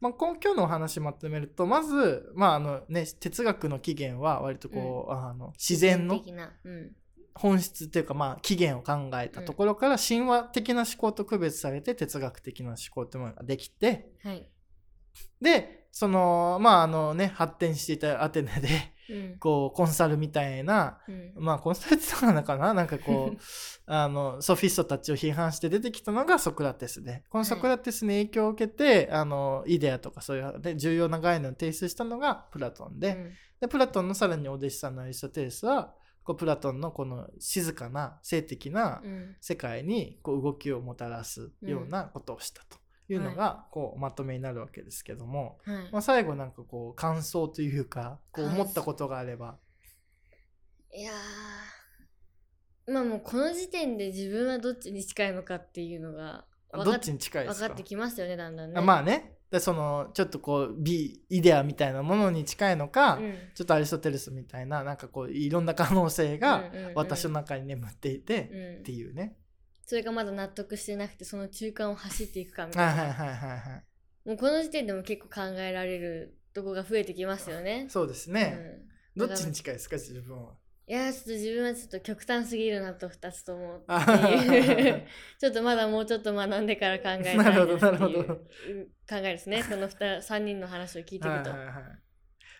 Speaker 2: まあ、今今日のお話まとめるとまず、まああのね、哲学の起源は割とこう、あの自然の
Speaker 3: 的な。うん
Speaker 2: 本質というか、まあ、起源を考えたところから神話的な思考と区別されて哲学的な思考というものができて
Speaker 3: はい。
Speaker 2: でそのまああのね発展していたアテネで。
Speaker 3: うん
Speaker 2: こうコンサルみたいな
Speaker 3: うん
Speaker 2: まあコンサルってたのかななんかこうあのソフィストたちを批判して出てきたのがソクラテスでこのソクラテスに影響を受けて、あのイデアとかそういうで重要な概念を提出したのがプラトンで,、
Speaker 3: うん
Speaker 2: でプラトンのさらにお弟子さんのアリストテレスはこうプラトンのこの静かな性的な
Speaker 3: うん
Speaker 2: 世界にこう動きをもたらすようなことをしたというのがこうまとめになるわけですけども。
Speaker 3: はい
Speaker 2: まあ、最後なんかこう感想というかこう
Speaker 3: 感想
Speaker 2: 思ったことがあれば
Speaker 3: いやーまあもうこの時点で自分はどっちに近いのかっていうのが分
Speaker 2: どっ
Speaker 3: かっ
Speaker 2: ちに近いです
Speaker 3: 分
Speaker 2: か
Speaker 3: かってきますよねだんだんね。
Speaker 2: あまあねでそのちょっとこう美イデアみたいなものに近いのか、
Speaker 3: うん
Speaker 2: ちょっとアリストテレスみたいななんかこういろんな可能性
Speaker 3: うん
Speaker 2: が
Speaker 3: うんうん
Speaker 2: 私の中に眠っていて、
Speaker 3: うん
Speaker 2: っていうね、
Speaker 3: それがまだ納得してなくてその中間を走っていくかみた
Speaker 2: はい
Speaker 3: い
Speaker 2: はい
Speaker 3: な
Speaker 2: はいはいはい
Speaker 3: もうこの時点でも結構考えられるとこが増えてきますよね。
Speaker 2: そうですね、
Speaker 3: うん
Speaker 2: どっちに近いですか自分は。
Speaker 3: いやーちょっと自分はちょっと極端すぎるなと2つとも
Speaker 2: あ
Speaker 3: っていうちょっとまだもうちょっと学んでから考えたいな
Speaker 2: な
Speaker 3: って
Speaker 2: るほど なるほ
Speaker 3: い
Speaker 2: ど
Speaker 3: う考えですねその3人の話を聞いて
Speaker 2: はいは
Speaker 3: る
Speaker 2: い
Speaker 3: と。
Speaker 2: はい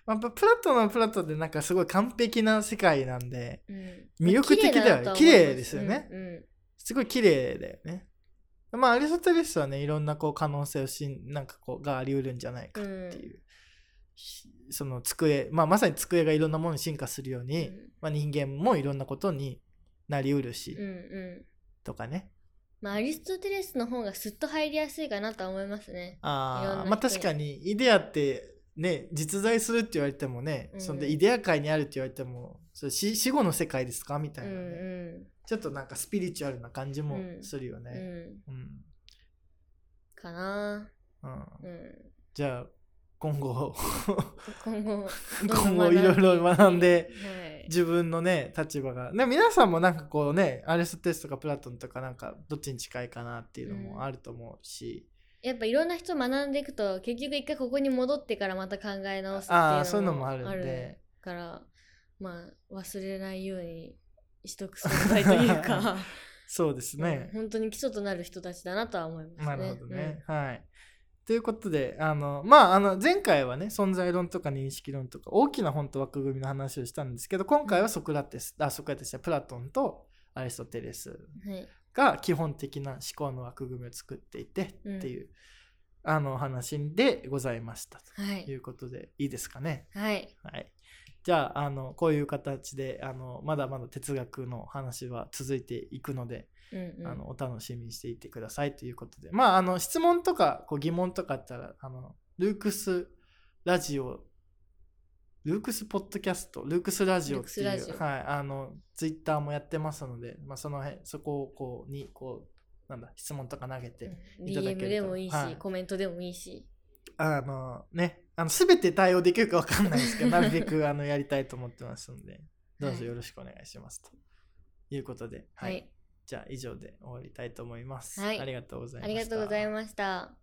Speaker 2: まあ、ププラトンはプラトンでなんかすごい完璧な世界なんで
Speaker 3: うん
Speaker 2: 魅力的だよね綺
Speaker 3: まあだなとは思いま
Speaker 2: 麗ですよね
Speaker 3: うんうん
Speaker 2: すごい綺麗だよね。まあ、アリストテレスはね、いろんなこう可能性をしん、なんかこう、があり得るんじゃないかっていうひその机、まあ、まさに机がいろんなものに進化するよう
Speaker 3: う
Speaker 2: に、
Speaker 3: ん
Speaker 2: まあ、人間もいろんなことになりうるし、
Speaker 3: うんうん
Speaker 2: とかね
Speaker 3: まあアリストテレスの方がすっと入りやすいかなとは思いますねいろん
Speaker 2: あ
Speaker 3: な
Speaker 2: ーまあ
Speaker 3: 人
Speaker 2: 確かにイデアってね実在するって言われてもね、
Speaker 3: うん
Speaker 2: そんでイデア界にあるって言われてもそれ死死後の世界ですかみた
Speaker 3: うん
Speaker 2: いな、ね
Speaker 3: う
Speaker 2: ちょっとなんかスピリチュアルな感じも
Speaker 3: うん
Speaker 2: するよ
Speaker 3: ん、
Speaker 2: ね、
Speaker 3: うん
Speaker 2: うん
Speaker 3: かな
Speaker 2: うん
Speaker 3: うん
Speaker 2: じゃあ今後
Speaker 3: 今 後
Speaker 2: 今後いろいろ学んで
Speaker 3: はい
Speaker 2: 自分のね立場がね皆さんもなんかこうねアリストテレスとかプラトンとかなんかどっちに近いかなっていうのもあると思うし、
Speaker 3: やっぱいろんな人学んでいくと結局一回ここに戻ってからまた考え直すっていうの
Speaker 2: ああそういうのもあるんで
Speaker 3: からまあ忘れないようにしとく存在というか、
Speaker 2: そうです ね、
Speaker 3: うん本当に基礎となる人たちだなとは思いますね。
Speaker 2: なるほどね。はい。ということで、あの、まあ、あの、前回はね、存在論とか認識論とか、大きな本と枠組みの話をしたんですけど、今回はソクラテス、あ、ソクラテスやプラトンとアリストテレス
Speaker 3: うん。はい。
Speaker 2: が基本的な思考の枠組みを作っていてっていう、あの、お話でございました
Speaker 3: は
Speaker 2: とい
Speaker 3: い。
Speaker 2: うことで、いいですかね。
Speaker 3: はい。
Speaker 2: はい。じゃあ、あの、こういう形で、あの、まだまだ哲学の話は続いていくので、
Speaker 3: うんうん。
Speaker 2: あのお楽しみにしていてくださいということで、まあ、あの質問とかこう疑問とかあったらあのルークスラジオルークスポッドキャストルークスラジオってい
Speaker 3: ルークスラ
Speaker 2: う、
Speaker 3: ジオ
Speaker 2: はい、あのツイッターもやってますので、まあ、その辺そこをこうにこうなんだ質問とか投げて、
Speaker 3: うん
Speaker 2: いただけ
Speaker 3: DM
Speaker 2: ると
Speaker 3: でもいいし、
Speaker 2: はい
Speaker 3: コメントでもいいし。
Speaker 2: あのねあの全て対応できるか分かんないです けどなるべくあのやりたいと思ってますのでどうぞよろしくお願いしますということで、
Speaker 3: はい。
Speaker 2: じゃあ以上で終わりたいと思います。
Speaker 3: はい
Speaker 2: ありがとうござい
Speaker 3: あ
Speaker 2: まし
Speaker 3: り
Speaker 2: た
Speaker 3: がとうございました。